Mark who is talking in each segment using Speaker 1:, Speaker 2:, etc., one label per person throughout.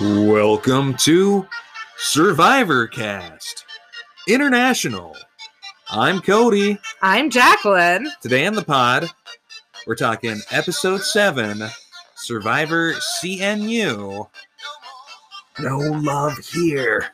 Speaker 1: Welcome to Survivor Cast International. I'm Cody.
Speaker 2: I'm Jacqueline.
Speaker 1: Today on the pod, we're talking episode 7 Survivor CNU. No love here.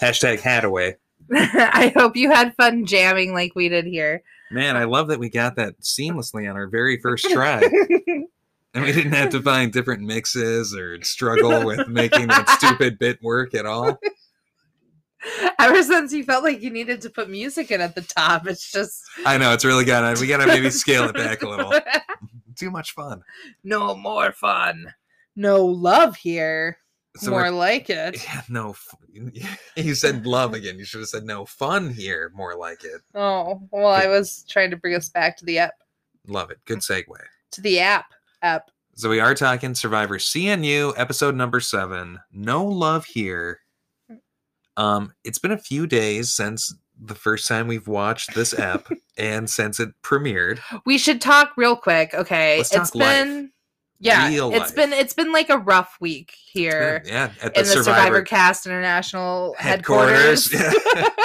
Speaker 1: Hashtag Hadaway.
Speaker 2: I hope you had fun jamming like we did here.
Speaker 1: Man, I love that we got that seamlessly on our very first try. and we didn't have to find different mixes or struggle with making that stupid bit work at all.
Speaker 2: Ever since you felt like you needed to put music in at the top, it's just
Speaker 1: I know it's really gotta we gotta maybe scale it back a little. Too much fun.
Speaker 2: no more fun. No love here. more
Speaker 1: we're-
Speaker 2: like it.
Speaker 1: yeah, no. f- You said love again. You should have said no fun here. More like it.
Speaker 2: Oh, well, I was trying to bring us back to the app,
Speaker 1: Love it. Good segue.
Speaker 2: to the app, app.
Speaker 1: So we are talking Survivor CNU episode number seven. No love here.
Speaker 2: Mm.
Speaker 1: Um, it's been a few days since the first time we've watched this app and since it premiered.
Speaker 2: We should talk real quick, okay?
Speaker 1: Let's
Speaker 2: It's
Speaker 1: talk life.
Speaker 2: been yeah, it's
Speaker 1: Real life.
Speaker 2: been it's been like a rough week
Speaker 1: Yeah,
Speaker 2: here
Speaker 1: yeah, at the,
Speaker 2: in the Survivor,
Speaker 1: Survivor,
Speaker 2: Cast International
Speaker 1: headquarters.
Speaker 2: headquarters.
Speaker 1: Yeah.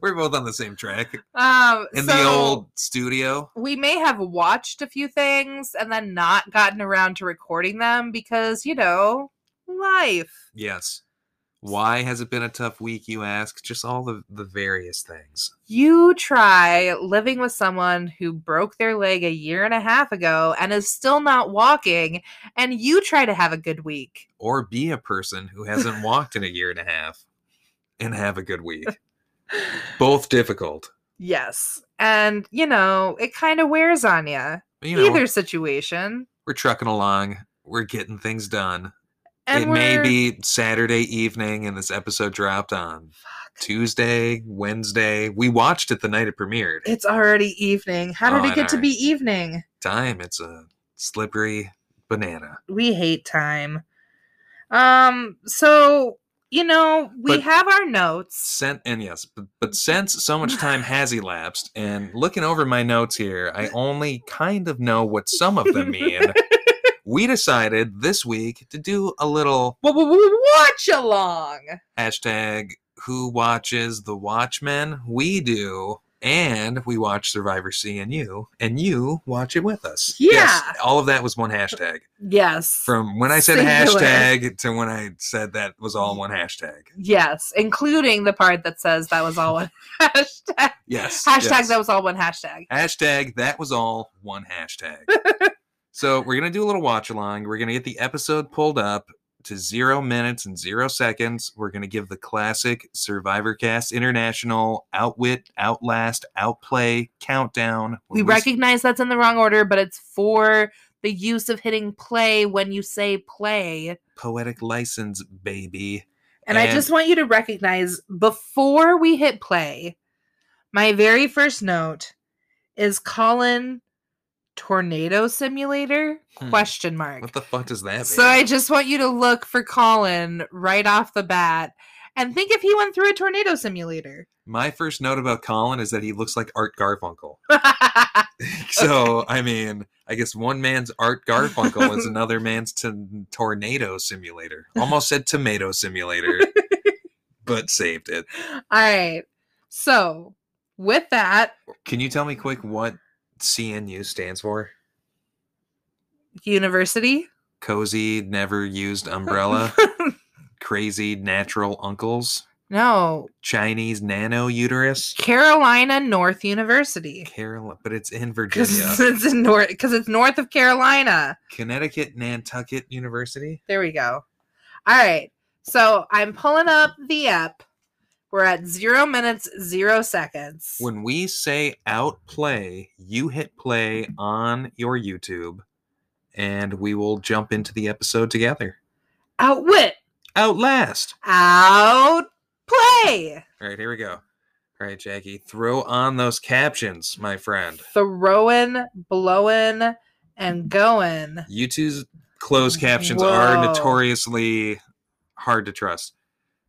Speaker 1: We're both on the same track
Speaker 2: Um,
Speaker 1: in
Speaker 2: so
Speaker 1: the old studio.
Speaker 2: we may have watched a few things and then not gotten around to recording them because you know life.
Speaker 1: Yes. Why has it been a tough week, you ask? Just all the, the various things.
Speaker 2: You try living with someone who broke their leg a year and a half ago and is still not walking, and you try to have a good week.
Speaker 1: Or be a person who hasn't walked in a year and a half and have a good week. Both difficult.
Speaker 2: Yes. And, you know, it kind of wears on you,
Speaker 1: But, you know,
Speaker 2: either situation.
Speaker 1: we're trucking along. We're getting things done.
Speaker 2: And
Speaker 1: it may
Speaker 2: we're-
Speaker 1: be Saturday evening and this episode dropped on Tuesday, Wednesday. We watched it the night it premiered.
Speaker 2: It's already evening. How
Speaker 1: Oh,
Speaker 2: did
Speaker 1: I
Speaker 2: it get
Speaker 1: know,
Speaker 2: to
Speaker 1: right?
Speaker 2: be evening?
Speaker 1: Time, it's a slippery banana.
Speaker 2: we hate time. Um, so you know, we
Speaker 1: But-
Speaker 2: have our notes.
Speaker 1: sent and yes but,
Speaker 2: Mm.
Speaker 1: but since so much time has elapsed and looking over my notes here i only kind of know what some of them mean we decided this week to do a little
Speaker 2: Wa- wa- wa- Watch along.
Speaker 1: hashtag who watches the watchmen we do and we watch survivor cnu and you watch it with us yes, all of that was one hashtag
Speaker 2: Yes.
Speaker 1: from when i said
Speaker 2: Singular.
Speaker 1: hashtag to when i said that was all one hashtag
Speaker 2: yes, including the part that says that was all one hashtag.
Speaker 1: yes
Speaker 2: Hashtag
Speaker 1: yes.
Speaker 2: that was all one hashtag.
Speaker 1: Hashtag that was all one hashtag. so we're gonna do a little watch along. We're gonna get the episode pulled up to zero minutes and zero seconds. We're gonna give the classic Survivor Cast International outwit, outlast, outplay countdown.
Speaker 2: We
Speaker 1: When s-
Speaker 2: recognize that's in the wrong order, but it's for the use of hitting play when you say play.
Speaker 1: poetic license, baby.
Speaker 2: And, I
Speaker 1: And-
Speaker 2: just want you to recognize before we hit play, my very first note is Colin Tornado Simulator
Speaker 1: Hmm.
Speaker 2: question mark.
Speaker 1: What the fuck does that mean?
Speaker 2: So I just want you to look for Colin right off the bat and think if he went through a tornado simulator.
Speaker 1: My first note about Colin is that he looks like Art Garfunkel. so I mean, I guess one man's Art Garfunkel is another man's t- tornado simulator. Almost said tomato simulator, but saved it.
Speaker 2: All right. So with that,
Speaker 1: Can you tell me quick what CNU stands for?
Speaker 2: university.
Speaker 1: Cozy, never used umbrella. Crazy natural uncles.
Speaker 2: no,
Speaker 1: Chinese nano uterus.
Speaker 2: Carolina North University.
Speaker 1: Carol, but it's in
Speaker 2: Because
Speaker 1: Virginia.
Speaker 2: it's in north. Because it's north of Carolina.
Speaker 1: Connecticut Nantucket University.
Speaker 2: There we go. All right. So I'm pulling up the app. We're at zero minutes, zero seconds.
Speaker 1: When we say outplay, you hit play on your YouTube and we will jump into the episode together.
Speaker 2: Outwit.
Speaker 1: Outlast.
Speaker 2: Outplay.
Speaker 1: All right, here we go. All right, Jackie, throw on those captions, my friend.
Speaker 2: Throwing, blowing, and going.
Speaker 1: YouTube's closed captions are
Speaker 2: Whoa.
Speaker 1: notoriously hard to trust.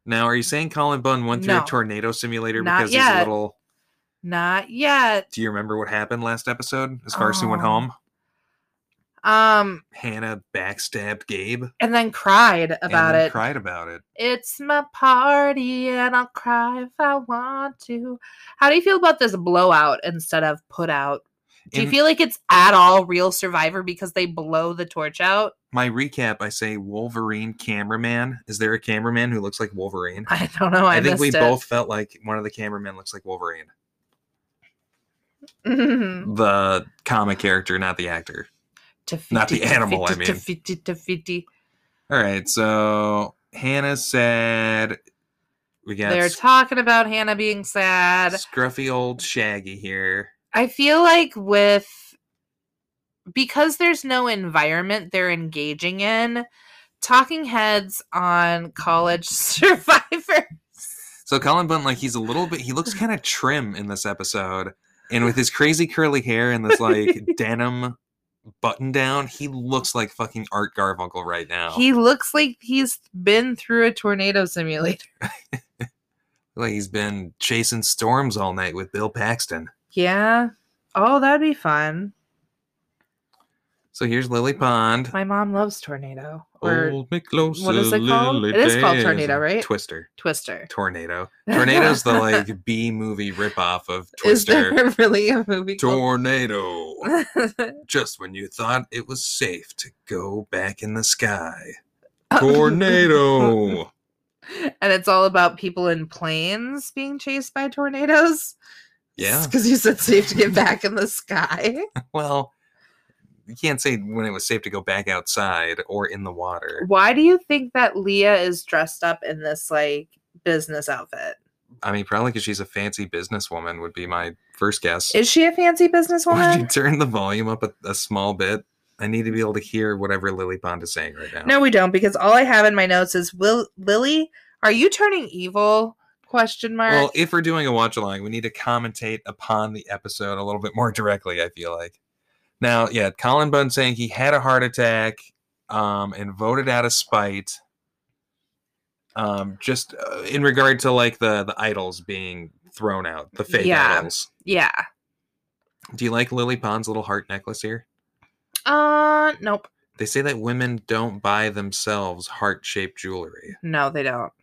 Speaker 1: Now, are you saying Colin Bunn went through
Speaker 2: No.
Speaker 1: a tornado simulator
Speaker 2: Not
Speaker 1: because he's a
Speaker 2: yet.
Speaker 1: little
Speaker 2: Not yet.
Speaker 1: Do you remember what happened last episode as Carson went
Speaker 2: Oh.
Speaker 1: home?
Speaker 2: Um,
Speaker 1: Hannah backstabbed Gabe
Speaker 2: and then cried about
Speaker 1: and then
Speaker 2: it.
Speaker 1: cried about it.
Speaker 2: It's my party and I'll cry if I want to. How do you feel about this blowout instead of put out? Do you
Speaker 1: In
Speaker 2: feel like it's at all real survivor because they blow the torch out?
Speaker 1: my recap, I say Wolverine cameraman. Is there a cameraman who looks like Wolverine?
Speaker 2: I don't know. Oh, I,
Speaker 1: I think we
Speaker 2: missed it.
Speaker 1: both felt like one of the cameramen looks like Wolverine.
Speaker 2: Mhm.
Speaker 1: The comic character, not the actor. Not the
Speaker 2: Tafiti,
Speaker 1: animal, I
Speaker 2: tafiti,
Speaker 1: mean.
Speaker 2: tafiti, tafiti.
Speaker 1: All right, so Hannah said we got
Speaker 2: They're
Speaker 1: sc-
Speaker 2: talking about Hannah being sad.
Speaker 1: scruffy old Shaggy here.
Speaker 2: I feel like with because there's no environment they're engaging in, talking heads on college survivor.
Speaker 1: So Colin Bunn, like he's a little bit, he looks kind of trim in this episode, and with his crazy curly hair and this like denim button down, he looks like fucking Art Garfunkel right now.
Speaker 2: He looks like he's been through a tornado simulator.
Speaker 1: like he's been chasing storms all night with Bill Paxton.
Speaker 2: Yeah. Oh, that'd be fun.
Speaker 1: So here's Lily Pond.
Speaker 2: My mom loves tornado or
Speaker 1: Old McLosa,
Speaker 2: what is it called?
Speaker 1: Lily
Speaker 2: It is called
Speaker 1: Days,
Speaker 2: Tornado,
Speaker 1: and
Speaker 2: right?
Speaker 1: Twister,
Speaker 2: Twister.
Speaker 1: tornado. Tornado's the like B movie ripoff of
Speaker 2: Is
Speaker 1: Twister.
Speaker 2: there really a movie called?
Speaker 1: Tornado. Just when you thought it was safe to go back in the sky. Tornado.
Speaker 2: and it's all about people in planes being chased by tornadoes.
Speaker 1: yeah.
Speaker 2: Because you said safe to get back in the sky.
Speaker 1: Well, you can't say when it was safe to go back outside or in the water.
Speaker 2: Why do you think that Leah is dressed up in this like business outfit?
Speaker 1: I mean, probably because she's a fancy businesswoman would be my first guess.
Speaker 2: Is she a fancy
Speaker 1: Would you
Speaker 2: businesswoman?
Speaker 1: turn the volume up a, a small bit? I need to be able to hear whatever Lily Pond is saying right now.
Speaker 2: No, we don't, because all I have in my notes is Will Lily, are you turning evil? Question mark.
Speaker 1: Well, if we're doing a watch along, we need to commentate upon the episode a little bit more directly, I feel like. Now, yeah, Colin Bunn saying he had a heart attack um, and voted out of spite. Um, just uh, in regard to like the the idols being thrown out, the fake
Speaker 2: Yeah.
Speaker 1: idols.
Speaker 2: yeah.
Speaker 1: Do you like Lily Pond's little heart necklace here?
Speaker 2: Uh nope.
Speaker 1: They say that women don't buy themselves heart shaped jewelry.
Speaker 2: No, they don't.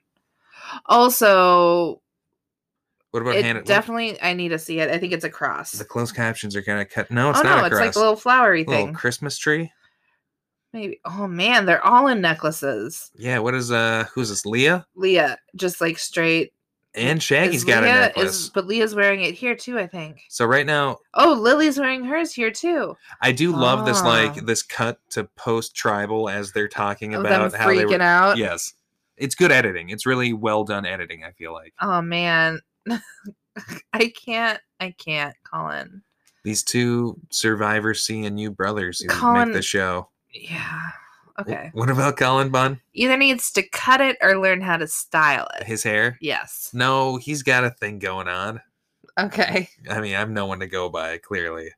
Speaker 2: Also,
Speaker 1: What about
Speaker 2: it
Speaker 1: Hannah? what-
Speaker 2: definitely I need to see it. I think it's a cross.
Speaker 1: The closed captions are kind of cut. No, it's
Speaker 2: oh
Speaker 1: not
Speaker 2: no,
Speaker 1: a
Speaker 2: it's
Speaker 1: cross.
Speaker 2: like a little flowery
Speaker 1: Little
Speaker 2: thing.
Speaker 1: Christmas tree.
Speaker 2: Maybe. Oh man, they're all in necklaces.
Speaker 1: Yeah. What is uh? Who's this? Leah
Speaker 2: Leah, just like straight.
Speaker 1: and Shaggy's
Speaker 2: Is
Speaker 1: got
Speaker 2: Leah-
Speaker 1: a
Speaker 2: is-
Speaker 1: necklace.
Speaker 2: but Leah's wearing it here too, I think.
Speaker 1: So right now,
Speaker 2: Oh, Lily's wearing hers here too.
Speaker 1: I do love this
Speaker 2: Ah.
Speaker 1: like this cut to post tribal as they're talking
Speaker 2: Of
Speaker 1: about
Speaker 2: Oh, them
Speaker 1: how they
Speaker 2: freaking
Speaker 1: were.
Speaker 2: out.
Speaker 1: Yes, it's good editing. It's really well done editing. I feel like
Speaker 2: Oh man. I can't I can't, Colin.
Speaker 1: these two survivors seeing new brothers who
Speaker 2: Colin-
Speaker 1: make the show.
Speaker 2: Yeah.
Speaker 1: W-
Speaker 2: Okay.
Speaker 1: What about Colin Bunn?
Speaker 2: Either needs to cut it or learn how to style it.
Speaker 1: His hair?
Speaker 2: yes.
Speaker 1: No, he's got a thing going on.
Speaker 2: Okay.
Speaker 1: I mean, I'm no one to go by. Clearly,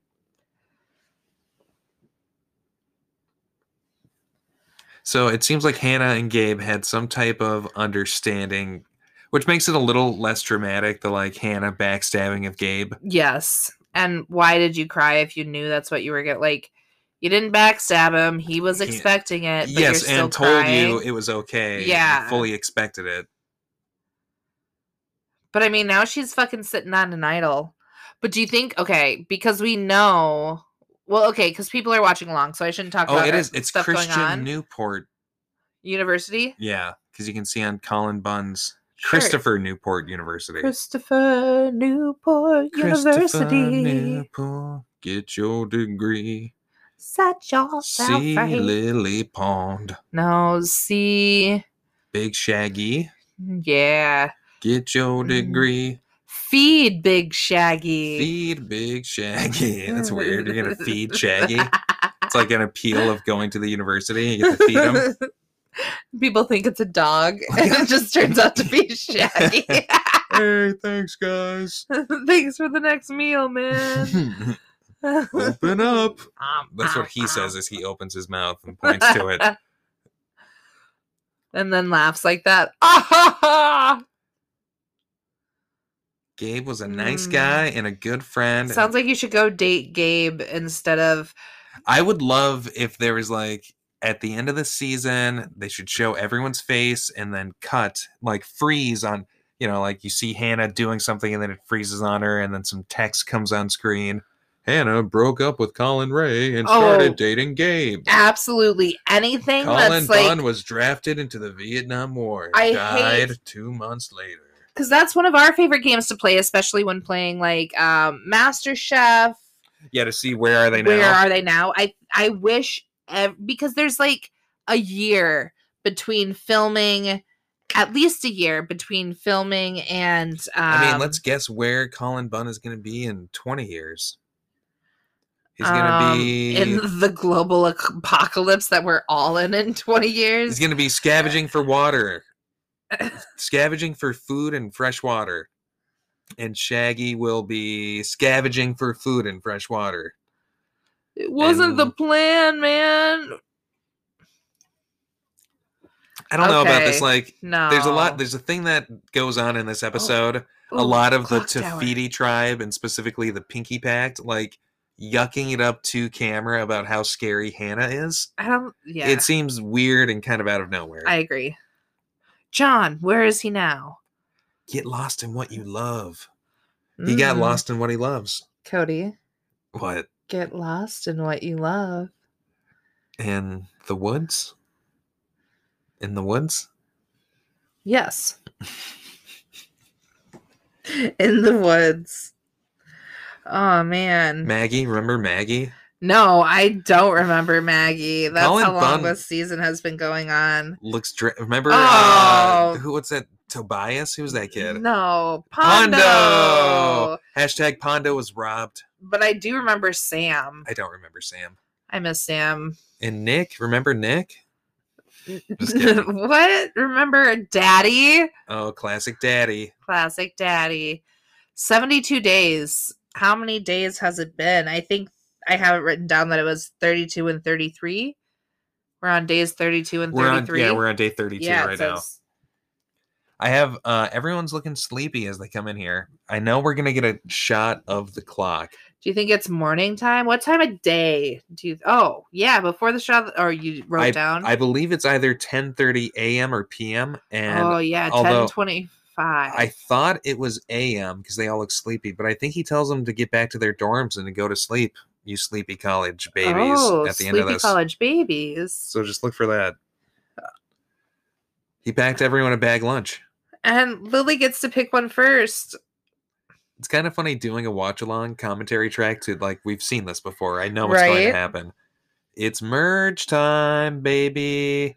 Speaker 1: So it seems like Hannah and Gabe had some type of understanding, which makes it a little less dramatic. The like Hannah backstabbing of Gabe.
Speaker 2: Yes. And why did you cry if you knew that's what you were getting? Like, you didn't backstab him. He was
Speaker 1: Yeah.
Speaker 2: expecting it. But you're
Speaker 1: yes,
Speaker 2: still
Speaker 1: and told you
Speaker 2: crying.
Speaker 1: it was okay.
Speaker 2: Yeah.
Speaker 1: fully expected it.
Speaker 2: But I mean, now she's fucking sitting on an idol. But do you think, okay, because we know, well, okay, because people are watching along, so I shouldn't talk
Speaker 1: Oh,
Speaker 2: about
Speaker 1: it is. It's
Speaker 2: stuff going
Speaker 1: Christian
Speaker 2: on.
Speaker 1: Newport.
Speaker 2: University.
Speaker 1: Yeah, because you can see on Colin Bunn's
Speaker 2: Sure.
Speaker 1: Christopher Newport University.
Speaker 2: Christopher Newport
Speaker 1: Christopher
Speaker 2: University.
Speaker 1: Newport, get your degree.
Speaker 2: Set yourself
Speaker 1: See
Speaker 2: right.
Speaker 1: Lily Pond.
Speaker 2: No, see.
Speaker 1: Big Shaggy,
Speaker 2: Yeah.
Speaker 1: get your
Speaker 2: Mm.
Speaker 1: degree.
Speaker 2: Feed Big Shaggy.
Speaker 1: Feed Big Shaggy. That's weird. You're gonna feed Shaggy. It's like an appeal of going to the university. You get to feed him.
Speaker 2: People think it's a dog, and it just turns out to be Shaggy.
Speaker 1: Hey, thanks, guys.
Speaker 2: Thanks for the next meal, man.
Speaker 1: Open up. That's what he says as he opens his mouth and points to it.
Speaker 2: and then laughs like that. Ah, ha, ha.
Speaker 1: Gabe was a nice
Speaker 2: Mm.
Speaker 1: guy and a good friend. and
Speaker 2: Sounds like you should go date Gabe instead of
Speaker 1: I would love if there was like at the end of the season, they should show everyone's face and then cut, like freeze on, you know, like you see Hannah doing something and then it freezes on her and then some text comes on screen. Hannah broke up with Colin Ray and started
Speaker 2: Oh.
Speaker 1: dating Gabe.
Speaker 2: absolutely anything
Speaker 1: Colin
Speaker 2: that's like
Speaker 1: Bunn was drafted into the Vietnam War and
Speaker 2: I hate-
Speaker 1: died two months later.
Speaker 2: because that's one of our favorite games to play, especially when playing like um, Master Chef.
Speaker 1: Yeah, to see where are they now?
Speaker 2: Where are they now? I I wish ev- because there's like a year between filming, at least a year between filming and. Um,
Speaker 1: I mean, let's guess where Colin Bunn is going to be in 20 years. He's going to
Speaker 2: um,
Speaker 1: be
Speaker 2: in the global ac- apocalypse that we're all in in 20 years.
Speaker 1: He's going to be scavenging for water, scavenging for food and fresh water. And Shaggy will be scavenging for food and fresh water.
Speaker 2: it wasn't the
Speaker 1: and-
Speaker 2: plan, man.
Speaker 1: I don't know about
Speaker 2: Okay.
Speaker 1: this. Like,
Speaker 2: No.
Speaker 1: there's a lot, there's a thing that goes on in this episode. a
Speaker 2: Ooh,
Speaker 1: lot of the
Speaker 2: clock tower.
Speaker 1: Tafiti tribe and specifically the Pinky Pact, like, yucking it up to camera about how scary Hannah is.
Speaker 2: I don't. Yeah.
Speaker 1: It seems weird and kind of out of nowhere.
Speaker 2: I agree. John, where is he now?
Speaker 1: Get lost in what you love. He got
Speaker 2: Mm,
Speaker 1: lost in what he loves.
Speaker 2: Cody,
Speaker 1: What?
Speaker 2: get lost in what you love.
Speaker 1: in the woods in the woods
Speaker 2: Yes. in the woods. Oh man.
Speaker 1: maggie remember maggie
Speaker 2: No, I don't remember Maggie. That's
Speaker 1: Colin
Speaker 2: how long
Speaker 1: Bunn-
Speaker 2: this season has been going on.
Speaker 1: looks dra- remember uh,
Speaker 2: Oh.
Speaker 1: who what's that tobias who's that kid
Speaker 2: No, Pondo.
Speaker 1: Pondo! hashtag pondo was robbed
Speaker 2: But I do remember Sam.
Speaker 1: i don't remember sam
Speaker 2: I miss Sam.
Speaker 1: and nick remember nick Just kidding.
Speaker 2: what? Remember Daddy?
Speaker 1: oh classic daddy
Speaker 2: Classic Daddy. 72 days. How many days has it been? I think I have it written down that it was 32 and 33. We're on days 32 and
Speaker 1: we're on
Speaker 2: 33.
Speaker 1: yeah we're on day 32
Speaker 2: Yeah, it
Speaker 1: right now
Speaker 2: says-
Speaker 1: i have uh everyone's looking sleepy as they come in here i know we're gonna get a shot of the clock
Speaker 2: Do you think it's morning time? What time of day do you? Oh, yeah, before the show, or you wrote down.
Speaker 1: i believe it's either 10 30 a.m or p.m and
Speaker 2: oh, yeah,
Speaker 1: although-
Speaker 2: ten twenty-five.
Speaker 1: I thought it was AM because they all look sleepy, but I think he tells them to get back to their dorms and to go to sleep, you sleepy college babies,
Speaker 2: oh,
Speaker 1: at the end
Speaker 2: sleepy
Speaker 1: of this.
Speaker 2: college babies,
Speaker 1: So just look for that. He packed everyone a bag lunch.
Speaker 2: and Lily gets to pick one first.
Speaker 1: It's kind of funny doing a watch along commentary track to like, we've seen this before. I know what's going
Speaker 2: Right.
Speaker 1: to happen. It's merge time, baby.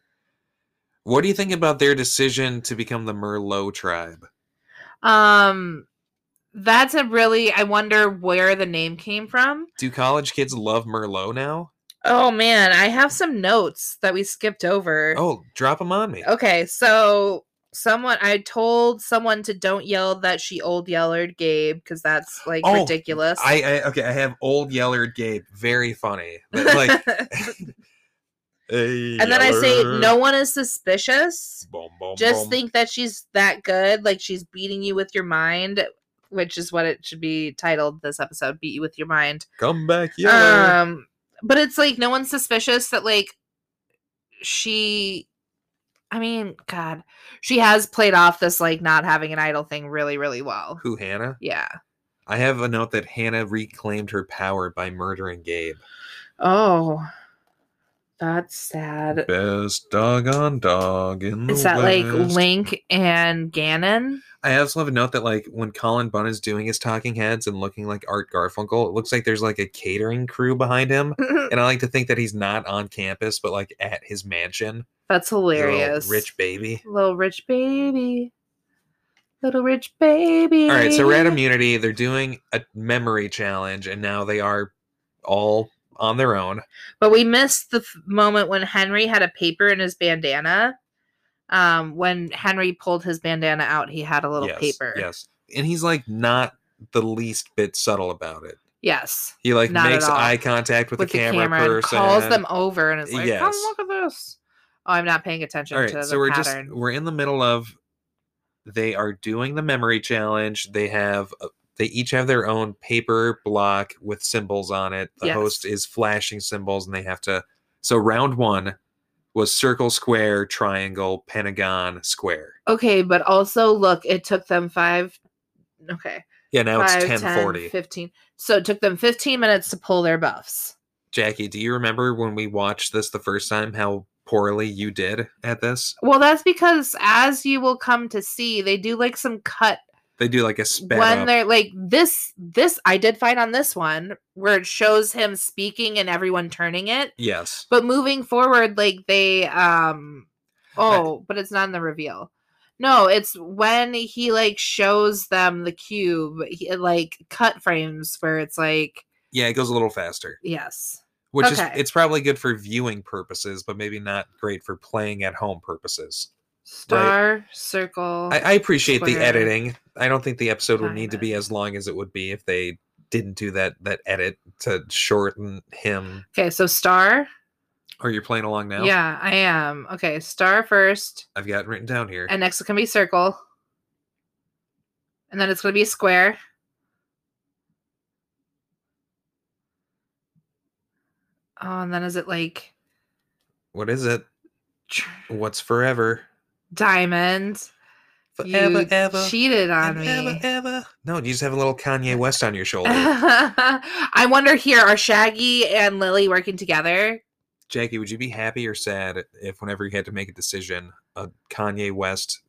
Speaker 1: What do you think about their decision to become the Merlot tribe?
Speaker 2: Um, that's a really. I wonder where the name came from.
Speaker 1: Do college kids love Merlot now?
Speaker 2: Oh man, I have some notes that we skipped over.
Speaker 1: Oh, drop them on me.
Speaker 2: Okay, so someone I told someone to don't yell that she old yellered Gabe because that's like
Speaker 1: Oh,
Speaker 2: ridiculous.
Speaker 1: I, I okay. I have old Yeller Gabe. Very funny. But, Like,
Speaker 2: and then I say no one is suspicious. Just think that she's that good, like she's beating you with your mind, which is what it should be titled this episode, beat you with your mind.
Speaker 1: Come back, Yeller.
Speaker 2: Um but it's like no one's suspicious that like she I mean, God, she has played off this like not having an idol thing really, really well.
Speaker 1: Who Hannah?
Speaker 2: Yeah.
Speaker 1: I have a note that Hannah reclaimed her power by murdering Gabe.
Speaker 2: Oh, that's sad.
Speaker 1: Best dog on dog in the
Speaker 2: Is that like
Speaker 1: West.
Speaker 2: Link and Ganon?
Speaker 1: I also have a note that like when Colin Bunn is doing his talking heads and looking like Art Garfunkel, it looks like there's like a catering crew behind him. And I like to think that he's not on campus, but like at his mansion.
Speaker 2: That's
Speaker 1: He's a little
Speaker 2: hilarious.
Speaker 1: Rich baby.
Speaker 2: little rich baby, little rich baby.
Speaker 1: All right, so we're at immunity. They're doing a memory challenge, and now they are all on their own.
Speaker 2: But we missed the f- moment when Henry had a paper in his bandana. Um, when Henry pulled his bandana out, he had a little
Speaker 1: yes,
Speaker 2: paper.
Speaker 1: Yes, and he's like not the least bit subtle about it.
Speaker 2: Yes.
Speaker 1: He like
Speaker 2: Not at
Speaker 1: makes
Speaker 2: all.
Speaker 1: eye contact with,
Speaker 2: With
Speaker 1: the camera,
Speaker 2: and
Speaker 1: person.
Speaker 2: calls them over and is like,
Speaker 1: Yes.
Speaker 2: "Come look at this." Oh, I'm not paying attention
Speaker 1: All
Speaker 2: to the
Speaker 1: right, so we're
Speaker 2: pattern.
Speaker 1: just we're in the middle of They are doing the memory challenge. They have a, they each have their own paper block with symbols on it. The
Speaker 2: Yes.
Speaker 1: host is flashing symbols, and they have to. So round one was circle, square, triangle, pentagon, square.
Speaker 2: Okay, but also look, it took them five. Okay.
Speaker 1: Yeah, now
Speaker 2: five,
Speaker 1: it's 1040.
Speaker 2: 15. So it took them 15 minutes to pull their buffs.
Speaker 1: Jackie, do you remember when we watched this the first time how poorly you did at this?
Speaker 2: Well, that's because as you will come to see, they do like some cut
Speaker 1: They do like a sped
Speaker 2: when
Speaker 1: up.
Speaker 2: they're like this this I did find on this one where it shows him speaking and everyone turning it.
Speaker 1: Yes.
Speaker 2: But moving forward, like they um
Speaker 1: I-
Speaker 2: oh, but it's not in the reveal. No, it's when he like shows them the cube, he, it, like cut frames where it's like
Speaker 1: Yeah, it goes a little faster,
Speaker 2: yes.
Speaker 1: which is
Speaker 2: Okay.
Speaker 1: it's probably good for viewing purposes, but maybe not great for playing at home purposes.
Speaker 2: Star circle.
Speaker 1: I, I appreciate the
Speaker 2: Square.
Speaker 1: editing. I don't think the episode would need to
Speaker 2: Diamond.
Speaker 1: be as long as it would be if they didn't do that that edit to shorten him.
Speaker 2: okay, so star.
Speaker 1: Are you playing along now?
Speaker 2: Yeah, I am. Okay, star first,
Speaker 1: I've got it written down here.
Speaker 2: and next it's gonna be circle, and then it's gonna be a square. Oh, and then is it like
Speaker 1: what is it?
Speaker 2: tr-
Speaker 1: What's forever?
Speaker 2: diamond?
Speaker 1: Forever,
Speaker 2: you
Speaker 1: ever.
Speaker 2: cheated on
Speaker 1: and
Speaker 2: me.
Speaker 1: ever, ever. No, you just have a little Kanye West on your shoulder.
Speaker 2: I wonder here are Shaggy and Lily working together?
Speaker 1: Jackie, would you be happy or sad if, whenever you had to make a decision, a Kanye West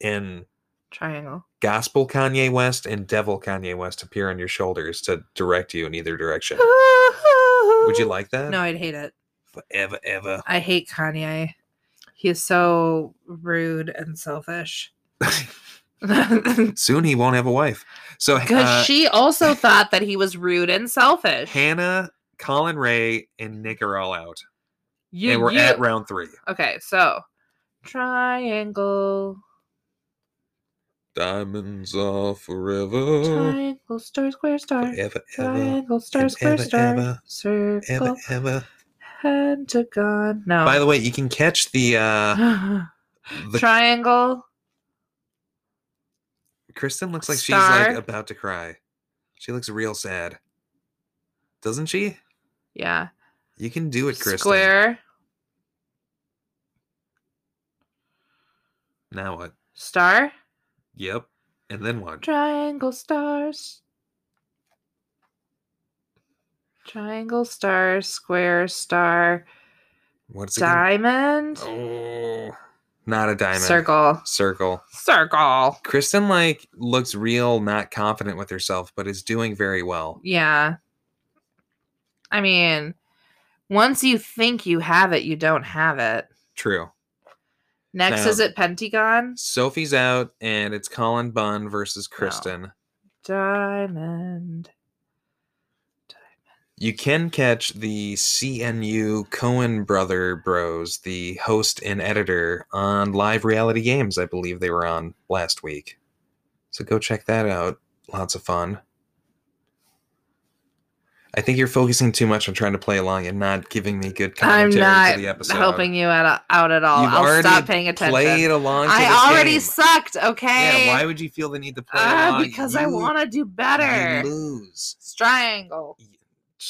Speaker 1: in
Speaker 2: Triangle.
Speaker 1: gospel Kanye West and devil Kanye West appear on your shoulders to direct you in either direction? Would
Speaker 2: Would
Speaker 1: you like that?
Speaker 2: No, I'd hate it.
Speaker 1: Forever, ever.
Speaker 2: I hate Kanye. He is so rude and selfish. Because
Speaker 1: Soon he won't have a wife. So, uh,
Speaker 2: she also thought that he was rude and selfish.
Speaker 1: Hannah, Colin Ray, and Nick are all out.
Speaker 2: you,
Speaker 1: and we're
Speaker 2: you-
Speaker 1: at round three.
Speaker 2: okay, so triangle,
Speaker 1: Diamonds are forever.
Speaker 2: triangle, star, square, star,
Speaker 1: Forever, ever.
Speaker 2: triangle, star,
Speaker 1: and
Speaker 2: square,
Speaker 1: ever,
Speaker 2: star,
Speaker 1: ever, Ever,
Speaker 2: circle,
Speaker 1: ever.
Speaker 2: pentagon. No.
Speaker 1: By the way, you can catch the uh the
Speaker 2: triangle,
Speaker 1: Kristen looks like she's
Speaker 2: Star.
Speaker 1: like about to cry. She looks real sad. Doesn't she?
Speaker 2: yeah,
Speaker 1: You can do it, Kristen.
Speaker 2: square,
Speaker 1: Now what?
Speaker 2: star,
Speaker 1: Yep. And then what?
Speaker 2: Triangle stars. Triangle star, square star,
Speaker 1: What's it? again?
Speaker 2: diamond,
Speaker 1: Oh. Not a diamond.
Speaker 2: circle,
Speaker 1: Circle.
Speaker 2: circle.
Speaker 1: Kristen like looks real not confident with herself, but is doing very well.
Speaker 2: Yeah. I mean, once you think you have it, you don't have it.
Speaker 1: True.
Speaker 2: Next,
Speaker 1: Now-
Speaker 2: is it pentagon?
Speaker 1: Sophie's out and it's Colin Bunn versus Kristen.
Speaker 2: Diamond.
Speaker 1: You can catch the CNU Cohen Brother Bros, the host and editor, on live reality games. I believe they were on last week. So go check that out. Lots of fun. I think you're focusing too much on trying to play along and not giving me good
Speaker 2: I'm
Speaker 1: commentary
Speaker 2: not
Speaker 1: to the episode.
Speaker 2: helping you out, out at all.
Speaker 1: You've
Speaker 2: I'll
Speaker 1: already
Speaker 2: stop paying attention.
Speaker 1: Played along. To this
Speaker 2: I already
Speaker 1: game.
Speaker 2: sucked, okay?
Speaker 1: Yeah, why would you feel the need to play
Speaker 2: Ah,
Speaker 1: along?
Speaker 2: because I
Speaker 1: You-
Speaker 2: want to do
Speaker 1: You
Speaker 2: better.
Speaker 1: lose.
Speaker 2: Triangle.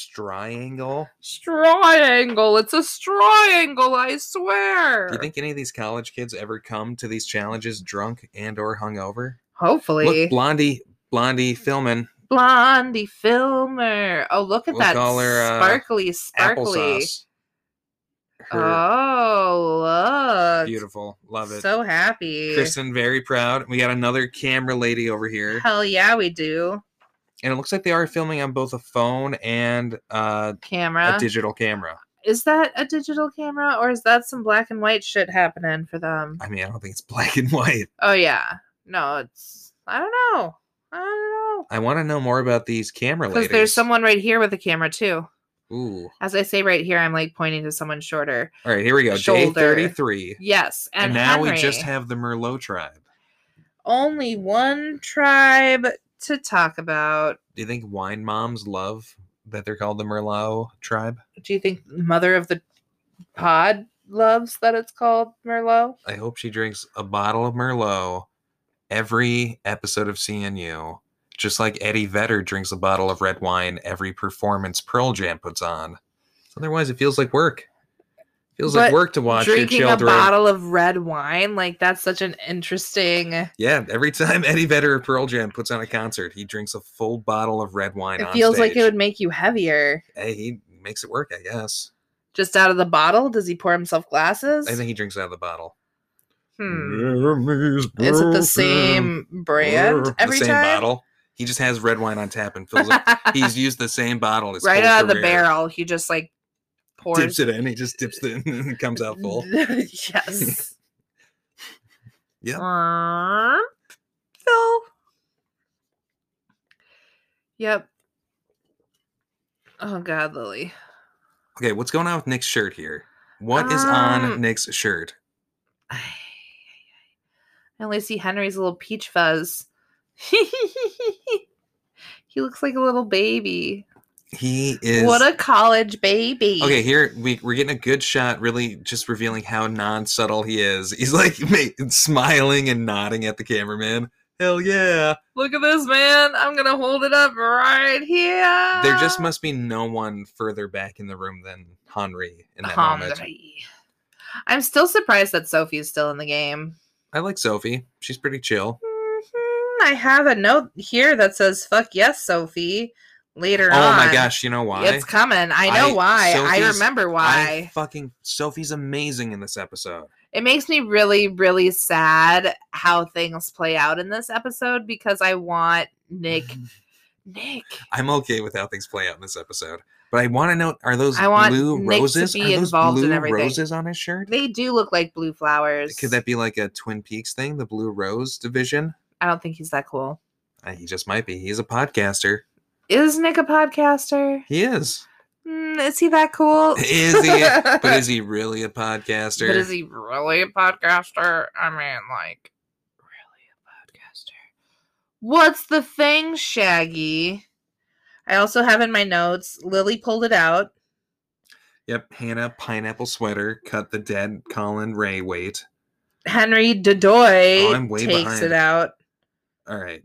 Speaker 1: Triangle.
Speaker 2: Triangle. It's a triangle, I swear.
Speaker 1: Do you think any of these college kids ever come to these challenges drunk and or hungover?
Speaker 2: Hopefully.
Speaker 1: Look, Blondie, Blondie Filman,
Speaker 2: Blondie Filmer. Oh, look at
Speaker 1: We'll
Speaker 2: that
Speaker 1: call her, uh,
Speaker 2: sparkly, sparkly.
Speaker 1: applesauce. Her,
Speaker 2: Oh, look.
Speaker 1: beautiful, love it.
Speaker 2: So happy.
Speaker 1: Kristen, very proud. We got another camera lady over here,
Speaker 2: Hell yeah, we do.
Speaker 1: and it looks like they are filming on both a phone and uh,
Speaker 2: Camera.
Speaker 1: a digital camera.
Speaker 2: is that a digital camera or is that some black and white shit happening for them?
Speaker 1: I mean, I don't think it's black and white.
Speaker 2: Oh, yeah. No, it's. I don't know. I don't know.
Speaker 1: I want to know more about these camera ladies.
Speaker 2: Because there's someone right here with a camera too.
Speaker 1: Ooh,
Speaker 2: As I say right here, I'm like pointing to someone shorter.
Speaker 1: all right, here we go. Day
Speaker 2: Shoulder.
Speaker 1: thirty-three,
Speaker 2: Yes, and,
Speaker 1: and, now we
Speaker 2: Henry.
Speaker 1: just have the Merlot tribe.
Speaker 2: only one tribe to talk about.
Speaker 1: do you think wine moms love that they're called the Merlot tribe?
Speaker 2: Do you think Mother of the Pod loves that it's called Merlot?
Speaker 1: I hope she drinks a bottle of Merlot every episode of CNU, just like Eddie Vedder drinks a bottle of red wine every performance Pearl Jam puts on. Otherwise, it feels like work. Feels like
Speaker 2: But
Speaker 1: work to watch your
Speaker 2: Drinking a
Speaker 1: children.
Speaker 2: bottle of red wine, like that's such an interesting.
Speaker 1: yeah, every time Eddie Vedder of Pearl Jam puts on a concert, he drinks a full bottle of red wine.
Speaker 2: It
Speaker 1: on
Speaker 2: feels like it
Speaker 1: stage.
Speaker 2: would make you heavier.
Speaker 1: Hey, he makes it work, I guess.
Speaker 2: Just out of the bottle, does he pour himself glasses?
Speaker 1: I think he drinks out of the bottle.
Speaker 2: Hmm.
Speaker 1: Jeremy's
Speaker 2: Is it the
Speaker 1: broken.
Speaker 2: same brand
Speaker 1: The
Speaker 2: every
Speaker 1: same
Speaker 2: time?
Speaker 1: bottle. He just has red wine on tap and fills it. He's used the same bottle. His
Speaker 2: right
Speaker 1: whole
Speaker 2: out of the
Speaker 1: career.
Speaker 2: barrel. He just like pours.
Speaker 1: Dips it in. He just dips it in and it comes out full.
Speaker 2: yes.
Speaker 1: Yep.
Speaker 2: Um, Phil. Yep. Oh God, Lily.
Speaker 1: Okay, what's going on with Nick's shirt here? What is on
Speaker 2: Um,
Speaker 1: Nick's shirt?
Speaker 2: I only see Henry's little peach fuzz. he looks like a little baby.
Speaker 1: He is
Speaker 2: what a college baby.
Speaker 1: Okay, here we, we're getting a good shot, really just revealing how non subtle he is. He's like ma- smiling and nodding at the cameraman. Hell yeah.
Speaker 2: Look at this man. I'm gonna hold it up right here.
Speaker 1: There just must be no one further back in the room than Henry in that moment.
Speaker 2: Hungry. I'm still surprised that Sophie's still in the game.
Speaker 1: I like Sophie. She's pretty chill.
Speaker 2: Mhm, I have a note here that says "fuck yes, Sophie." Later
Speaker 1: oh
Speaker 2: on,
Speaker 1: my gosh, you know why?
Speaker 2: it's coming. I know
Speaker 1: I-
Speaker 2: why. I
Speaker 1: Sophie's-
Speaker 2: remember
Speaker 1: I
Speaker 2: why.
Speaker 1: fucking Sophie's amazing in this episode.
Speaker 2: it makes me really, really sad how things play out in this episode because I want Nick. Nick,
Speaker 1: I'm okay with how things play out in this episode. But I want to know are those
Speaker 2: I want
Speaker 1: blue
Speaker 2: Nick to
Speaker 1: roses?
Speaker 2: be
Speaker 1: are those
Speaker 2: involved in
Speaker 1: blue
Speaker 2: everything.
Speaker 1: roses on his shirt?
Speaker 2: they do look like blue flowers.
Speaker 1: Could that be like a Twin Peaks thing, the Blue Rose division?
Speaker 2: I don't think he's that cool.
Speaker 1: Uh, he just might be. He's a podcaster.
Speaker 2: Is Nick a podcaster?
Speaker 1: He is.
Speaker 2: Mm, is he that cool?
Speaker 1: Is he? but is he really a podcaster?
Speaker 2: But is he really a podcaster? I mean, like, really a podcaster? What's the thing, Shaggy? I also have in my notes, Lily pulled it out.
Speaker 1: Yep. Hannah pineapple sweater cut the dead Colin Ray weight.
Speaker 2: Henry Dedoy
Speaker 1: Oh, I'm way
Speaker 2: takes
Speaker 1: behind.
Speaker 2: it out.
Speaker 1: All right.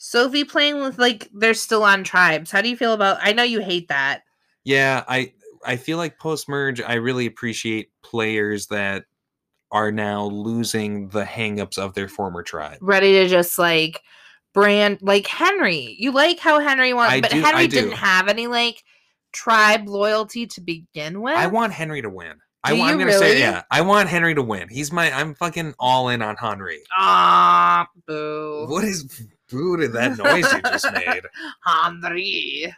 Speaker 2: Sophie playing with, like, they're still on tribes. How do you feel about I know you hate that.
Speaker 1: Yeah, I I feel like post merge, I really appreciate players that are now losing the hangups of their former tribe.
Speaker 2: Ready to just, like, brand, like, Henry. You like how Henry
Speaker 1: I
Speaker 2: wants, but
Speaker 1: do- I
Speaker 2: Henry
Speaker 1: do.
Speaker 2: didn't have any, like, tribe loyalty to begin with.
Speaker 1: I want Henry to win. I,
Speaker 2: Do
Speaker 1: wa- I'm
Speaker 2: you
Speaker 1: gonna say
Speaker 2: really?
Speaker 1: yeah. I want Henry to win. He's my. I'm fucking all in on Henry.
Speaker 2: Ah, boo.
Speaker 1: What is boo to that noise you just made?
Speaker 2: Henry.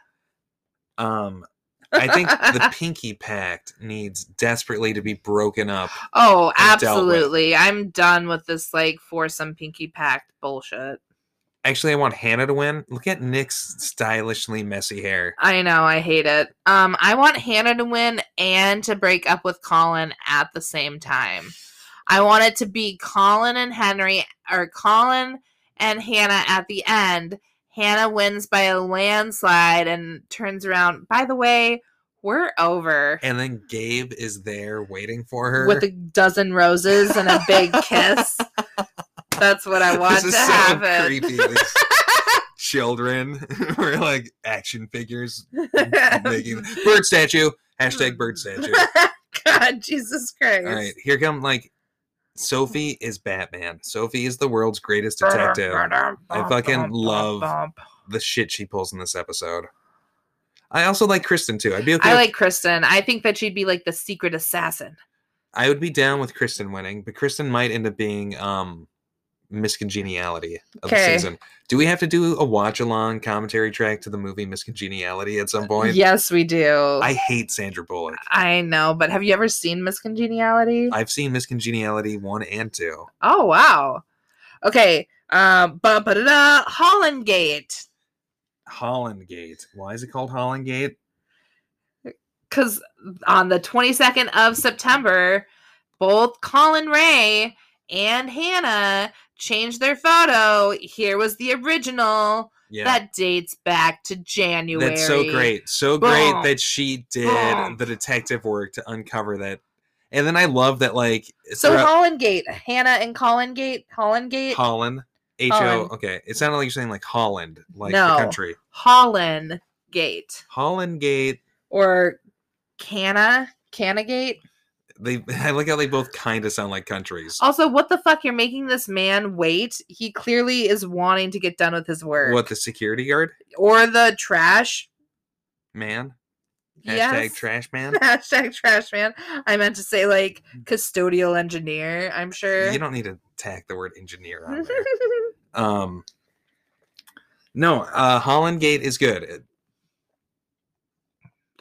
Speaker 1: Um, I think the Pinky Pact needs desperately to be broken up.
Speaker 2: Oh,
Speaker 1: I've dealt with.
Speaker 2: absolutely. I'm done with this like foursome pinky pact bullshit.
Speaker 1: Actually, I want Hannah to win. Look at Nick's stylishly messy hair.
Speaker 2: I know, I hate it. Um, I want Hannah to win and to break up with Colin at the same time. I want it to be Colin and Henry or Colin and Hannah at the end. Hannah wins by a landslide and turns around. By the way, we're over.
Speaker 1: And then Gabe is there waiting for her.
Speaker 2: with a dozen roses and a big kiss. That's what I want
Speaker 1: this is
Speaker 2: to
Speaker 1: so
Speaker 2: happen.
Speaker 1: creepy. These children were like action figures making bird statue. Hashtag bird statue.
Speaker 2: God, Jesus Christ.
Speaker 1: All right, here come like Sophie is Batman. Sophie is the world's greatest detective. I fucking love- The shit she pulls in this episode. I also like Kristen too. I'd be okay.
Speaker 2: I
Speaker 1: with-
Speaker 2: like Kristen. I think that she'd be like the secret assassin.
Speaker 1: I would be down with Kristen winning, but Kristen might end up being um miscongeniality of the
Speaker 2: Okay.
Speaker 1: season. Do we have to do a watch along commentary track to the movie Miscongeniality at
Speaker 2: Uh,
Speaker 1: some point?
Speaker 2: Yes, we do.
Speaker 1: Oh, I hate Sandra Bullock.
Speaker 2: I know, but have you ever seen Miss Congeniality?
Speaker 1: I've seen Miscongeniality one and two.
Speaker 2: oh wow. Okay. Um ba ba da da Holland Gate.
Speaker 1: Holland Gate. Why is it called Holland Gate?
Speaker 2: because on the 22nd of September, both Colin Ray and Hannah changed their photo. Here was the original
Speaker 1: Yeah.
Speaker 2: that dates back to January.
Speaker 1: That's so great. So great
Speaker 2: Boom.
Speaker 1: that she did
Speaker 2: Boom.
Speaker 1: the detective work to uncover that. And then I love that like
Speaker 2: So
Speaker 1: throughout
Speaker 2: Holland Gate, Hannah and Colin Gate, Holland Gate,
Speaker 1: Holland H O.
Speaker 2: Holland.
Speaker 1: Okay, it sounded like you're saying like Holland, like
Speaker 2: No.
Speaker 1: the country.
Speaker 2: Holland Gate
Speaker 1: Holland Gate.
Speaker 2: or Canna Canna Gate.
Speaker 1: They. I like how they both kind of sound like countries.
Speaker 2: Also, what the fuck? You're making this man wait. He clearly is wanting to get done with his work.
Speaker 1: What the security guard
Speaker 2: or the trash?
Speaker 1: man? Hashtag
Speaker 2: Yes.
Speaker 1: trash man.
Speaker 2: Hashtag trash man. I meant to say like custodial engineer. I'm sure.
Speaker 1: You don't need to tack the word engineer on there. Um, no, uh, Holland Gate is good.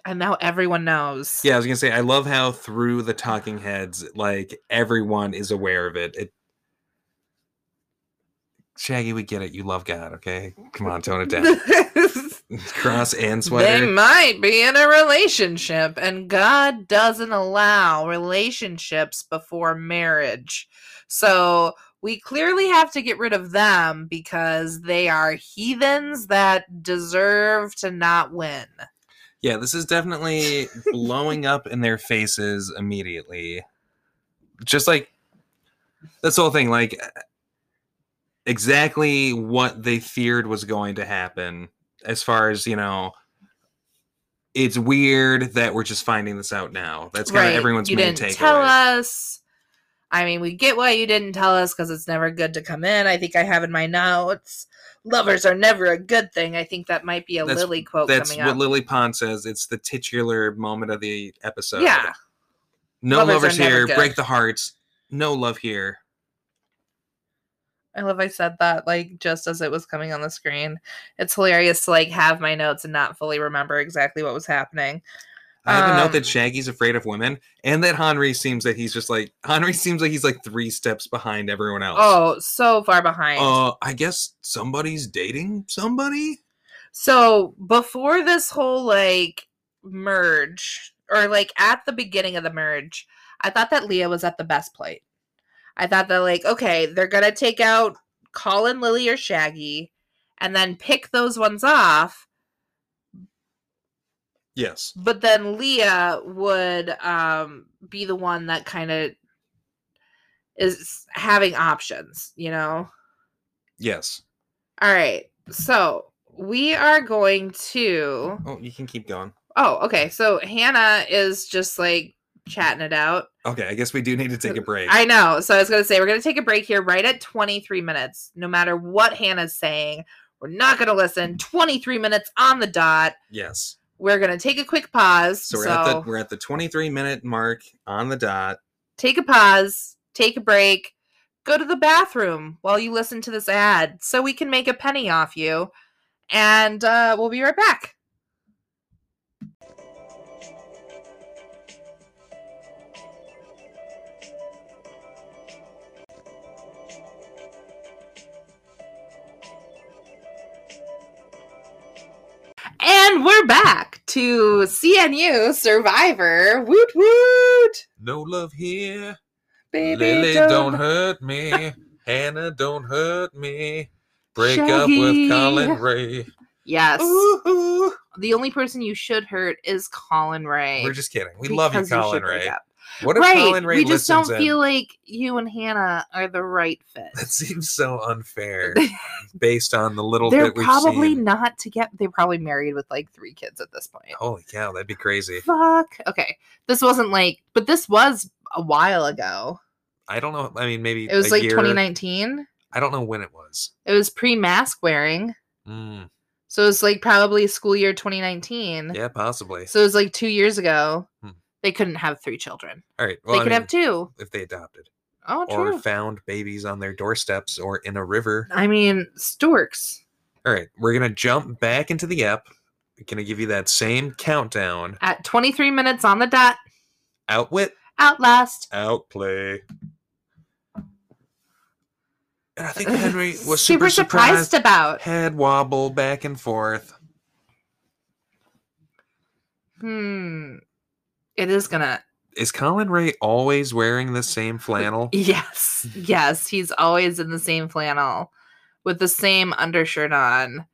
Speaker 2: and now everyone knows.
Speaker 1: Yeah, I was gonna say I love how through the Talking Heads, like everyone is aware of it. it Shaggy, we get it. You love God, okay? Come on, tone it down. Cross and
Speaker 2: they
Speaker 1: sweater.
Speaker 2: might be in a relationship, and God doesn't allow relationships before marriage. So we clearly have to get rid of them because they are heathens that deserve to not win.
Speaker 1: Yeah, this is definitely blowing up in their faces immediately. Just like this whole thing, like exactly what they feared was going to happen, as far as, you know, it's weird that we're just finding this out now. That's kind of everyone's
Speaker 2: you
Speaker 1: main
Speaker 2: didn't
Speaker 1: takeaway.
Speaker 2: tell us. I mean, we get why you didn't tell us because it's never good to come in. I think I have in my notes. Lovers are never a good thing. I think that might be a
Speaker 1: That's-
Speaker 2: Lily quote
Speaker 1: That's
Speaker 2: coming
Speaker 1: what
Speaker 2: up.
Speaker 1: Lily Pond says. It's the titular moment of the episode.
Speaker 2: Yeah.
Speaker 1: No
Speaker 2: Lovers are
Speaker 1: lovers,
Speaker 2: never
Speaker 1: here.
Speaker 2: good.
Speaker 1: Break the hearts. No love here.
Speaker 2: I love I said that like just as it was coming on the screen. It's hilarious to like have my notes and not fully remember exactly what was happening.
Speaker 1: I have a note
Speaker 2: Um,
Speaker 1: that Shaggy's afraid of women, and that Henry seems that he's just like Henry seems like he's like three steps behind everyone else.
Speaker 2: Oh, so far behind.
Speaker 1: uh, I guess somebody's dating somebody.
Speaker 2: So before this whole like merge, or like at the beginning of the merge, I thought that Leah was at the best plate. I thought that like, okay, they're gonna take out Colin, Lily, or Shaggy, and then pick those ones off.
Speaker 1: Yes,
Speaker 2: But then Leah would um be the one that kind of is having options, you know?
Speaker 1: yes.
Speaker 2: All right. So we are going to
Speaker 1: Oh, you can keep going.
Speaker 2: Oh, okay. So Hannah is just like chatting it out.
Speaker 1: Okay, I guess we do need to take a break.
Speaker 2: Uh, I know. So I was going to say, we're going to take a break here right at 23 minutes. No matter what Hannah's saying, we're not going to listen. 23 minutes on the dot.
Speaker 1: yes.
Speaker 2: We're going to take a quick pause.
Speaker 1: So
Speaker 2: So,
Speaker 1: we're at the we're at the 23 minute mark on the dot.
Speaker 2: take a pause, take a break, go to the bathroom while you listen to this ad so we can make a penny off you. And uh, we'll be right back. And we're back to CNU Survivor. Woot woot!
Speaker 1: No love here.
Speaker 2: Baby,
Speaker 1: Lily,
Speaker 2: don't,
Speaker 1: don't, hurt me. Hannah, don't hurt me. Break up
Speaker 2: Shaggy.
Speaker 1: with Colin Ray.
Speaker 2: Yes.
Speaker 1: Ooh.
Speaker 2: The only person you should hurt is Colin Ray.
Speaker 1: We're just kidding. We love you,
Speaker 2: because should
Speaker 1: Colin
Speaker 2: break
Speaker 1: Ray.
Speaker 2: up.
Speaker 1: What if
Speaker 2: Right.
Speaker 1: Colin Ray
Speaker 2: we just
Speaker 1: listens
Speaker 2: don't
Speaker 1: in?
Speaker 2: feel like you and Hannah are the right
Speaker 1: That
Speaker 2: fit.
Speaker 1: seems so unfair based on the little
Speaker 2: They're
Speaker 1: bit we've
Speaker 2: probably
Speaker 1: seen.
Speaker 2: not together. They're probably married with like three kids at this point.
Speaker 1: Holy cow, that'd be crazy.
Speaker 2: Fuck. Okay. This wasn't like, but this was a while ago.
Speaker 1: I don't know. I mean, maybe
Speaker 2: It was
Speaker 1: a
Speaker 2: like
Speaker 1: year-
Speaker 2: 2019.
Speaker 1: I don't know when it was.
Speaker 2: It was pre mask wearing.
Speaker 1: Mm,
Speaker 2: So it was like probably school year 2019.
Speaker 1: yeah, possibly.
Speaker 2: So it was like two years ago.
Speaker 1: Hmm.
Speaker 2: They couldn't have three children.
Speaker 1: All right. Well,
Speaker 2: they
Speaker 1: I
Speaker 2: could
Speaker 1: mean,
Speaker 2: have two.
Speaker 1: if they adopted
Speaker 2: Oh,
Speaker 1: or
Speaker 2: true.
Speaker 1: found babies on their doorsteps or in a river.
Speaker 2: I mean, storks.
Speaker 1: All right, we're gonna jump back into the app. We're gonna give you that same countdown.
Speaker 2: At 23 minutes on the dot,
Speaker 1: Outwit,
Speaker 2: outlast.
Speaker 1: outplay. And I think Henry was
Speaker 2: super, surprised about.
Speaker 1: Head wobble back and forth.
Speaker 2: Hmm. It is gonna.
Speaker 1: Is Colin Ray always wearing the same flannel?
Speaker 2: Yes, yes. He's always in the same flannel, with the same undershirt on,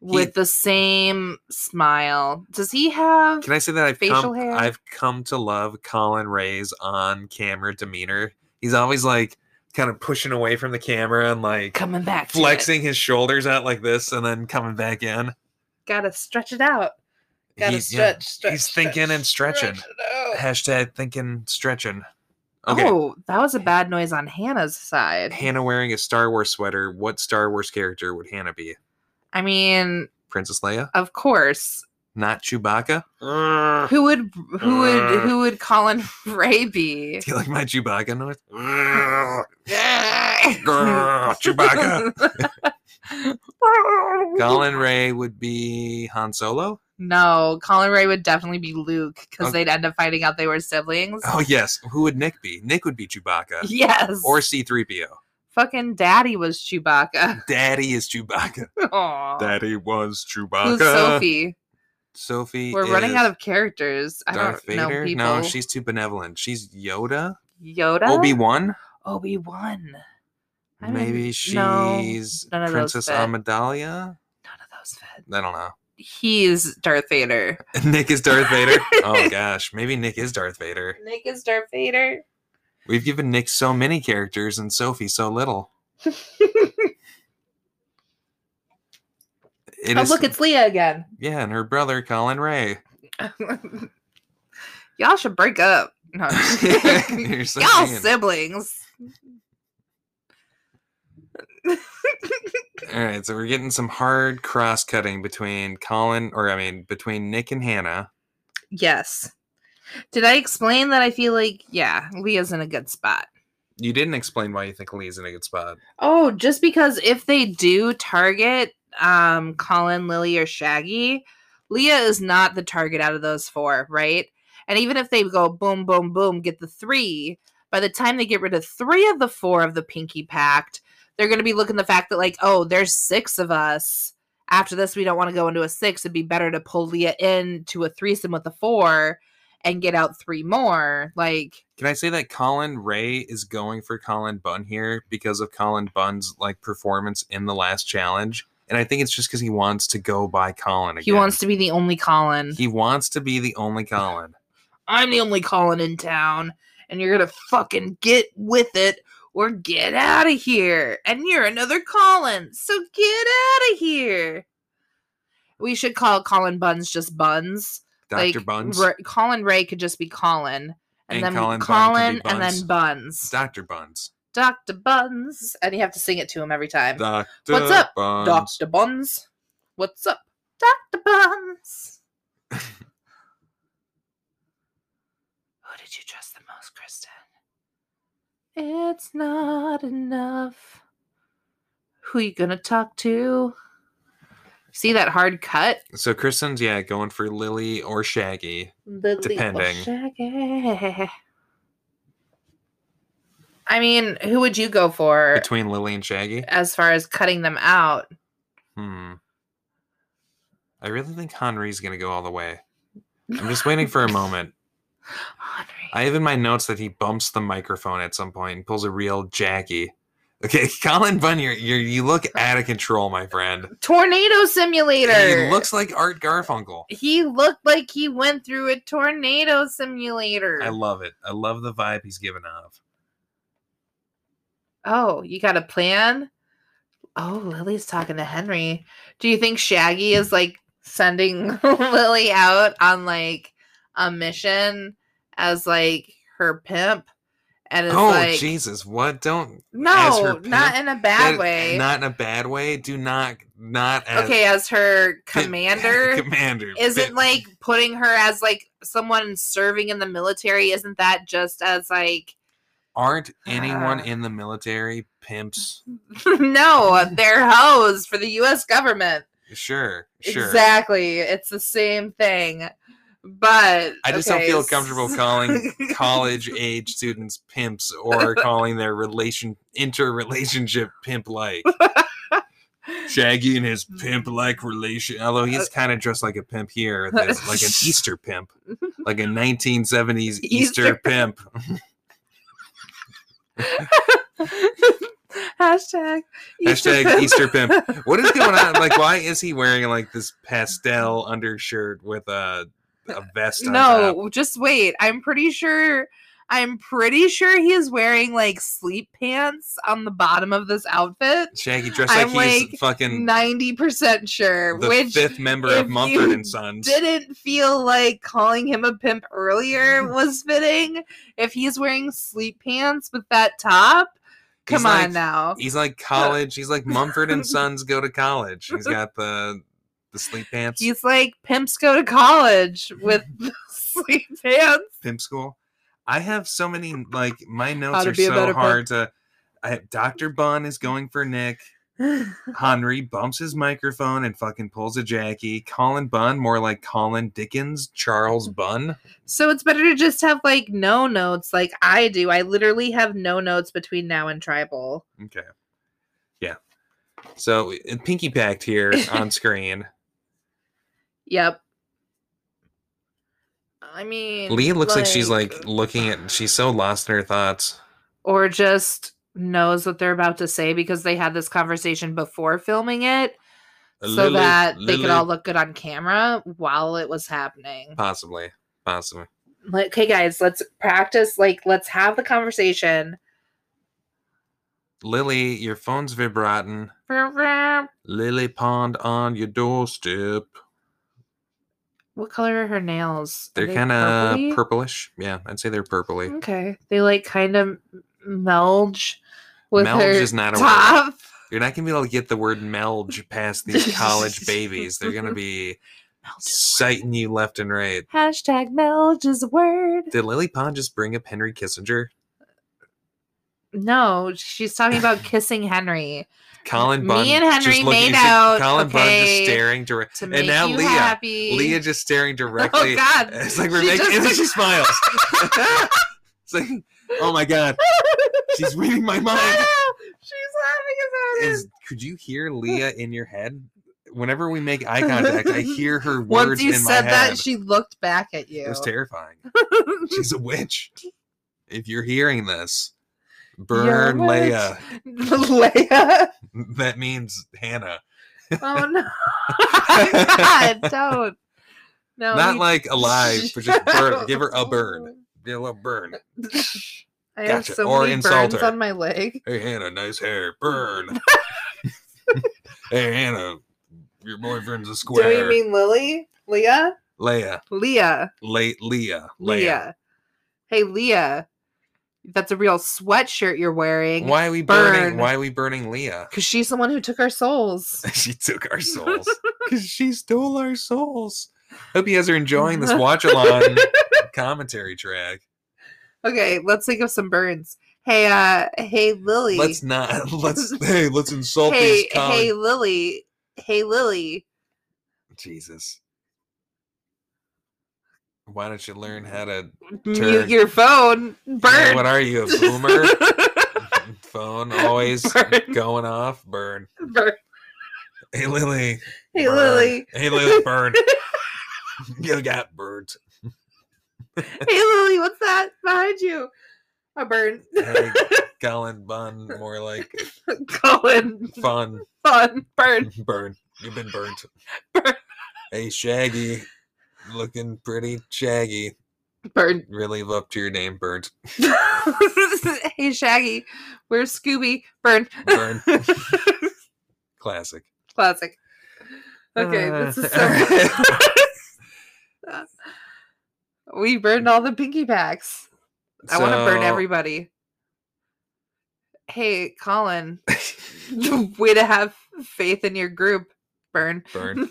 Speaker 2: with the same smile. Does he have?
Speaker 1: Can I say that I've
Speaker 2: Facial
Speaker 1: come,
Speaker 2: hair.
Speaker 1: I've come to love Colin Ray's on camera demeanor. He's always like kind of pushing away from the camera and like
Speaker 2: Coming back. to it.
Speaker 1: flexing his shoulders out like this and then coming back in.
Speaker 2: Gotta stretch it out. Gotta
Speaker 1: He's- yeah.
Speaker 2: stretch, stretch.
Speaker 1: He's thinking and stretching.
Speaker 2: stretch it out.
Speaker 1: Hashtag thinking stretching. Okay.
Speaker 2: Oh, that was a bad noise on Hannah's side.
Speaker 1: Hannah wearing a Star Wars sweater. What Star Wars character would Hannah be?
Speaker 2: I mean,
Speaker 1: Princess Leia?
Speaker 2: of course.
Speaker 1: Not Chewbacca?
Speaker 2: Who would who would
Speaker 1: Uh.
Speaker 2: who would Colin Ray be?
Speaker 1: Do you like my Chewbacca noise? Grr,
Speaker 2: Chewbacca.
Speaker 1: Colin Ray would be Han Solo?
Speaker 2: No, Colin Ray would definitely be Luke because
Speaker 1: Okay.
Speaker 2: they'd end up finding out they were siblings.
Speaker 1: Oh, yes. Who would Nick be? Nick would be Chewbacca.
Speaker 2: Yes.
Speaker 1: Or C3PO.
Speaker 2: fucking daddy was Chewbacca.
Speaker 1: Daddy is Chewbacca.
Speaker 2: Aww.
Speaker 1: Daddy was Chewbacca.
Speaker 2: Who's Sophie?
Speaker 1: Sophie
Speaker 2: We're running
Speaker 1: is
Speaker 2: out of characters. I
Speaker 1: Darth
Speaker 2: don't know
Speaker 1: Vader.
Speaker 2: people.
Speaker 1: No, she's too benevolent. She's Yoda.
Speaker 2: Yoda.
Speaker 1: Obi Wan.
Speaker 2: Obi Wan. I don't
Speaker 1: Maybe she's
Speaker 2: even- no, none of those
Speaker 1: Princess
Speaker 2: fit.
Speaker 1: Amidala.
Speaker 2: None of those fit.
Speaker 1: I don't know.
Speaker 2: He's Darth Vader.
Speaker 1: Nick is Darth Vader. oh gosh, maybe Nick is Darth Vader.
Speaker 2: Nick is Darth Vader.
Speaker 1: We've given Nick so many characters and Sophie so little. It
Speaker 2: oh,
Speaker 1: is-
Speaker 2: look, it's Leah again.
Speaker 1: yeah, and her brother Colin Ray.
Speaker 2: Y'all should break up. No, I'm just kidding.
Speaker 1: You're so
Speaker 2: Y'all
Speaker 1: mean.
Speaker 2: siblings.
Speaker 1: All right, so we're getting some hard cross cutting between Colin, or I mean, between Nick and Hannah.
Speaker 2: Yes. Did I explain that I feel like, yeah, Leah's in a good spot?
Speaker 1: You didn't explain why you think Lee's in a good spot.
Speaker 2: Oh, just because if they do target um Colin, Lily, or Shaggy, Leah is not the target out of those four, right? And even if they go boom, boom, boom, get the three, by the time they get rid of three of the four of the Pinky Pact, they're gonna be looking the fact that, like, oh, there's six of us. After this, we don't want to go into a six. It'd be better to pull Leah in to a threesome with the four and get out three more. Like,
Speaker 1: Can I say that Colin Ray is going for Colin Bunn here because of Colin Bunn's like performance in the last challenge? And I think it's just because he wants to go by Colin again.
Speaker 2: he wants to be the only Colin.
Speaker 1: He wants to be the only Colin.
Speaker 2: I'm the only Colin in town, and you're gonna fucking get with it or get out of here. And you're another Colin, so get out of here. We should call Colin Buns just Buns.
Speaker 1: Dr. Buns.
Speaker 2: Ra- Colin Ray could just be Colin,
Speaker 1: And
Speaker 2: and, then
Speaker 1: Colin Bunn
Speaker 2: Colin,
Speaker 1: could be
Speaker 2: and
Speaker 1: Buns.
Speaker 2: then Buns.
Speaker 1: Dr. Buns.
Speaker 2: Doctor Buns, and you have to sing it to him every time.
Speaker 1: Dr.
Speaker 2: up,
Speaker 1: Buns.
Speaker 2: Doctor Buns, what's up, Doctor Buns? Who did you trust the most, Kristen? It's not enough. Who you gonna talk to? See that hard cut?
Speaker 1: So Kristen's, yeah, going for Lily or Shaggy.
Speaker 2: Lily or
Speaker 1: Depending.
Speaker 2: Shaggy. I mean, who would you go for
Speaker 1: Between Lily and Shaggy?
Speaker 2: as far as cutting them out?
Speaker 1: Hmm. I really think Henry's going to go all the way. I'm just waiting for a moment.
Speaker 2: Henry.
Speaker 1: I have in my notes that he bumps the microphone at some point and pulls a real Jackie. Okay, Colin Bunn, you're, you're, you look out of control, my friend.
Speaker 2: Tornado simulator.
Speaker 1: He looks like Art Garfunkel.
Speaker 2: He looked like he went through a tornado simulator.
Speaker 1: I love it. I love the vibe he's giving off.
Speaker 2: Oh, you got a plan? Oh, Lily's talking to Henry. Do you think Shaggy is like sending Lily out on like a mission as like her pimp? And it's
Speaker 1: Oh
Speaker 2: like,
Speaker 1: Jesus! What? Don't as her
Speaker 2: no, not in a bad
Speaker 1: that-
Speaker 2: way.
Speaker 1: Not in a bad way. Do not not as
Speaker 2: okay, as her commander.
Speaker 1: commander
Speaker 2: isn't
Speaker 1: Bi-
Speaker 2: like putting her as like someone serving in the military isn't that just as like
Speaker 1: aren't anyone
Speaker 2: Ah.
Speaker 1: in the military pimps?
Speaker 2: no they're hoes for the us government
Speaker 1: Sure, sure.
Speaker 2: Exactly. It's the same thing. But
Speaker 1: I just
Speaker 2: okay,
Speaker 1: don't feel comfortable
Speaker 2: s-
Speaker 1: calling college age students pimps or calling their relation interrelationship pimp like. Shaggy and
Speaker 2: Mm.
Speaker 1: his pimp like relation. Although he's
Speaker 2: Uh,
Speaker 1: kind of dressed like a pimp here, that- like an Easter pimp, like a 1970s Easter
Speaker 2: Easter.
Speaker 1: pimp.
Speaker 2: Hashtag Easter
Speaker 1: Hashtag
Speaker 2: pimp.
Speaker 1: Easter pimp. What is going on? Like, why is he wearing like this pastel undershirt with a a vest? On
Speaker 2: No, just wait. I'm pretty sure I'm pretty sure he is wearing like sleep pants on the bottom of this outfit.
Speaker 1: Shaggy dressed
Speaker 2: I'm,
Speaker 1: like, he's
Speaker 2: like,
Speaker 1: fucking
Speaker 2: 90% sure,
Speaker 1: the
Speaker 2: which
Speaker 1: fifth member
Speaker 2: if
Speaker 1: of Mumford
Speaker 2: you
Speaker 1: and Sons.
Speaker 2: didn't feel like calling him a pimp earlier was fitting. If he's wearing sleep pants with that top,
Speaker 1: He's
Speaker 2: come
Speaker 1: like-
Speaker 2: on now.
Speaker 1: He's like college. He's like Mumford and Sons go to college. He's got the the sleep pants,
Speaker 2: He's like pimps go to college with sleep pants.
Speaker 1: pimp school. I have so many like my notes
Speaker 2: to
Speaker 1: are
Speaker 2: be a
Speaker 1: so
Speaker 2: better pimp.
Speaker 1: hard to. I have Doctor Bun is going for Nick. Henry bumps his microphone and fucking pulls a Jackie. Colin Bunn, more like Colin Dickens, Charles Bunn.
Speaker 2: So it's better to just have like no notes like I do. I literally have no notes between now and tribal.
Speaker 1: Okay. Yeah. So uh, Pinky Pact here on screen.
Speaker 2: Yep. I mean,
Speaker 1: Lee looks like she's like looking at. She's so lost in her thoughts.
Speaker 2: or just knows what they're about to say because they had this conversation before filming it so
Speaker 1: Lily,
Speaker 2: that they could
Speaker 1: Lily.
Speaker 2: all look good on camera while it was happening.
Speaker 1: Possibly. Possibly.
Speaker 2: Like, okay, guys, let's practice. Like, let's have the conversation.
Speaker 1: Lily, your phone's vibrating.
Speaker 2: What
Speaker 1: Lily pond on your doorstep.
Speaker 2: color are her nails? Are
Speaker 1: They're
Speaker 2: they
Speaker 1: kind of
Speaker 2: purpley?
Speaker 1: purplish. Yeah, I'd say they're purpley.
Speaker 2: Okay, they like kind of melge with
Speaker 1: Melge
Speaker 2: her
Speaker 1: is not a word.
Speaker 2: top.
Speaker 1: You're not gonna be able to get the word melge past these college babies. They're gonna be
Speaker 2: Melge is-
Speaker 1: sighting you left and right.
Speaker 2: Hashtag melge is a word.
Speaker 1: Did Lily Pond just bring up Henry Kissinger?
Speaker 2: No, she's talking about kissing Henry.
Speaker 1: Colin
Speaker 2: Me
Speaker 1: Bunn.
Speaker 2: and
Speaker 1: just
Speaker 2: Henry
Speaker 1: looking-
Speaker 2: made
Speaker 1: you should-
Speaker 2: out,
Speaker 1: Colin Bunn just
Speaker 2: okay,
Speaker 1: staring direct.
Speaker 2: To
Speaker 1: And
Speaker 2: make
Speaker 1: now
Speaker 2: you
Speaker 1: Leah.
Speaker 2: happy.
Speaker 1: Leah just staring directly.
Speaker 2: Oh God!
Speaker 1: It's like we're
Speaker 2: She
Speaker 1: making.
Speaker 2: just-
Speaker 1: And then she smiles. it's like, oh my God, she's reading my mind.
Speaker 2: She's laughing at
Speaker 1: is
Speaker 2: it.
Speaker 1: could you hear Leah in your head? Whenever we make eye contact, I hear her words
Speaker 2: Once you
Speaker 1: in
Speaker 2: said
Speaker 1: my head.
Speaker 2: that, she looked back at you.
Speaker 1: it was terrifying. She's a witch. If you're hearing this, burn
Speaker 2: witch.
Speaker 1: Leia.
Speaker 2: Leia.
Speaker 1: That means Hannah.
Speaker 2: Oh no! God, don't. No,
Speaker 1: Not
Speaker 2: you-
Speaker 1: like alive, but just burn. Give her a burn. Give her a little burn.
Speaker 2: I have
Speaker 1: Gotcha.
Speaker 2: so
Speaker 1: Or
Speaker 2: many
Speaker 1: insult
Speaker 2: burns
Speaker 1: her.
Speaker 2: on my leg.
Speaker 1: Hey Hannah, nice hair. Burn. hey Hannah, your boyfriend's a
Speaker 2: Do
Speaker 1: square.
Speaker 2: you mean Lily? Leah?
Speaker 1: Leia.
Speaker 2: Leah.
Speaker 1: Le- Leah. Leia.
Speaker 2: Leah. Hey, Leah. That's a real sweatshirt you're wearing.
Speaker 1: Why are we
Speaker 2: Burn.
Speaker 1: burning? Why are we burning Leah?
Speaker 2: Because she's the one who took our souls.
Speaker 1: she took our souls because she stole our souls. Hope you guys are enjoying this watch along commentary track.
Speaker 2: Okay, let's think of some burns. Hey, uh, hey, Lily.
Speaker 1: Let's not. Let's hey. Let's insult
Speaker 2: hey,
Speaker 1: these. Con-
Speaker 2: hey, Lily. Hey, Lily.
Speaker 1: Jesus. Why don't you learn how to?
Speaker 2: Mute
Speaker 1: Turn.
Speaker 2: your phone.
Speaker 1: Hey,
Speaker 2: Burn.
Speaker 1: What are you, a boomer? Phone always
Speaker 2: Burn.
Speaker 1: going off. Burn.
Speaker 2: Burn.
Speaker 1: Hey Lily.
Speaker 2: Hey,
Speaker 1: burn.
Speaker 2: Lily.
Speaker 1: Hey Lily. Burn. you got burnt.
Speaker 2: Hey, Lily. What's that behind you? A burn.
Speaker 1: Hey, Colin Bunn. More like
Speaker 2: Colin.
Speaker 1: fun.
Speaker 2: Fun. Burn.
Speaker 1: Burn. You've been burnt.
Speaker 2: Burn.
Speaker 1: Hey, Shaggy. Looking pretty shaggy.
Speaker 2: Burn.
Speaker 1: Really live up to your name, Burnt.
Speaker 2: hey, Shaggy. Where's Scooby? Burn.
Speaker 1: Burn. Classic.
Speaker 2: Classic. Okay, this is so We burned all the pinky packs. I want to burn
Speaker 1: So,
Speaker 2: everybody. Hey, Colin, way to have faith in your group. Burn.
Speaker 1: Burn.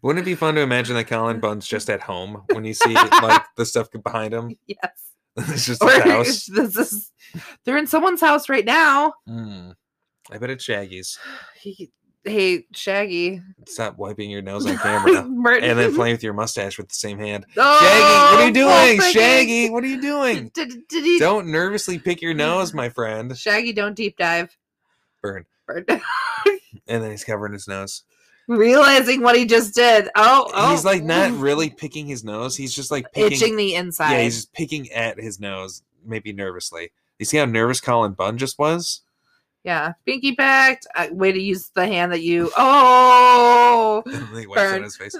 Speaker 1: Wouldn't it be fun to imagine that Colin Bunn's just at home when you see like the stuff behind him?
Speaker 2: Yes.
Speaker 1: it's just
Speaker 2: Or
Speaker 1: his house.
Speaker 2: this is they're in someone's house right now.
Speaker 1: Mm. I bet it's Shaggy's.
Speaker 2: He- Hey, Shaggy.
Speaker 1: Stop wiping your nose on camera
Speaker 2: Burn.
Speaker 1: and then playing with your mustache with the same hand. Shaggy,
Speaker 2: Oh,
Speaker 1: what are you doing?
Speaker 2: fucking-
Speaker 1: Shaggy, what are you doing?
Speaker 2: Did, did, did he?
Speaker 1: Don't nervously pick your nose, my friend.
Speaker 2: Shaggy, don't deep dive.
Speaker 1: Burn.
Speaker 2: Burn.
Speaker 1: And then he's covering his nose.
Speaker 2: Realizing what he just did. Oh, oh.
Speaker 1: He's like not
Speaker 2: ooh.
Speaker 1: really picking his nose. He's just like picking.
Speaker 2: itching the inside.
Speaker 1: yeah, he's just picking at his nose, maybe nervously. You see how nervous Colin Bunn just was?
Speaker 2: Yeah, pinky packed. Uh, way to use the hand that you. Oh,
Speaker 1: And then he wipes it on
Speaker 2: Burn.
Speaker 1: his face.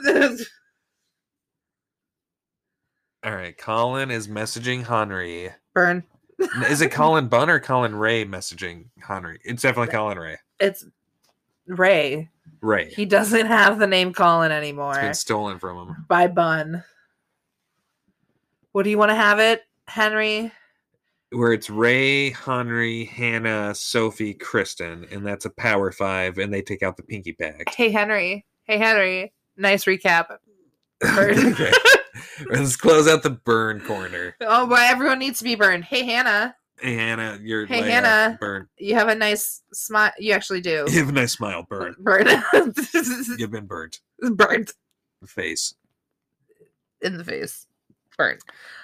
Speaker 1: All right, Colin is messaging Henry.
Speaker 2: Burn.
Speaker 1: Is it Colin Bunn or Colin Ray messaging Henry? It's definitely Colin Ray.
Speaker 2: It's Ray.
Speaker 1: Ray.
Speaker 2: He doesn't have the name Colin anymore.
Speaker 1: It's been stolen from him.
Speaker 2: by Bun. What do you want to have it, Henry?
Speaker 1: Where it's Ray, Henry, Hannah, Sophie, Kristen, and that's a power five, and they take out the pinky pack.
Speaker 2: Hey, Henry. Hey, Henry. Nice recap. Burn.
Speaker 1: Okay. Let's close out the burn corner.
Speaker 2: Oh boy, everyone needs to be burned. Hey, Hannah.
Speaker 1: Hey Hannah, you're
Speaker 2: Hey,
Speaker 1: Leia.
Speaker 2: Hannah.
Speaker 1: burn.
Speaker 2: You have a nice smile. You actually do.
Speaker 1: You have a nice smile, burn.
Speaker 2: Burn.
Speaker 1: You've been burnt.
Speaker 2: Burned
Speaker 1: Face.
Speaker 2: in the face. Burned.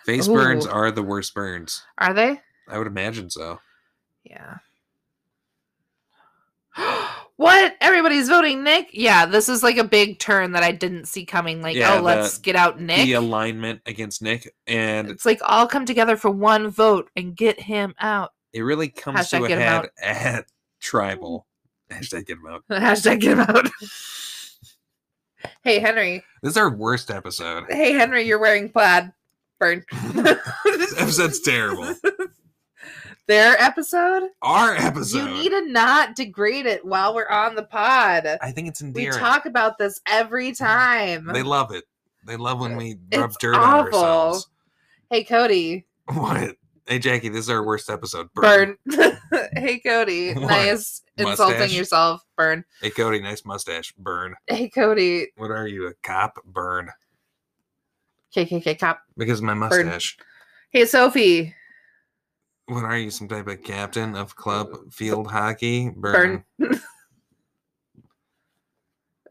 Speaker 1: Face burns
Speaker 2: Ooh.
Speaker 1: are the worst burns.
Speaker 2: Are they?
Speaker 1: I would imagine so.
Speaker 2: Yeah. what? Everybody's voting Nick? Yeah, this is like a big turn that I didn't see coming. Like,
Speaker 1: Yeah,
Speaker 2: oh, let's
Speaker 1: the-
Speaker 2: get out Nick.
Speaker 1: The alignment against Nick, and
Speaker 2: It's like all come together for one vote and get him out.
Speaker 1: it really comes
Speaker 2: Hashtag
Speaker 1: to a
Speaker 2: get 'em out.
Speaker 1: head at tribal. Hashtag get 'em out.
Speaker 2: Hashtag get him out. hey Henry.
Speaker 1: This is our worst episode.
Speaker 2: Hey Henry, you're wearing plaid. Burn.
Speaker 1: This episode's terrible.
Speaker 2: Their episode?
Speaker 1: Our episode.
Speaker 2: You need to not degrade it while we're on the pod.
Speaker 1: I think it's
Speaker 2: We
Speaker 1: endearing.
Speaker 2: talk about this every time.
Speaker 1: they love it. They love when we rub
Speaker 2: Uh, It's
Speaker 1: dirt on
Speaker 2: awful.
Speaker 1: ourselves.
Speaker 2: hey Cody.
Speaker 1: What? Hey Jackie, this is our worst episode.
Speaker 2: Burn. hey Cody.
Speaker 1: What?
Speaker 2: Nice insulting
Speaker 1: Mustache?
Speaker 2: yourself. Burn.
Speaker 1: Hey Cody, nice mustache. Burn.
Speaker 2: Hey Cody.
Speaker 1: What are you, a cop? Burn.
Speaker 2: KKK cop.
Speaker 1: Because of my mustache.
Speaker 2: Hey Sophie.
Speaker 1: What are you, some type of captain of club field hockey? Burn.
Speaker 2: Uh, Burn.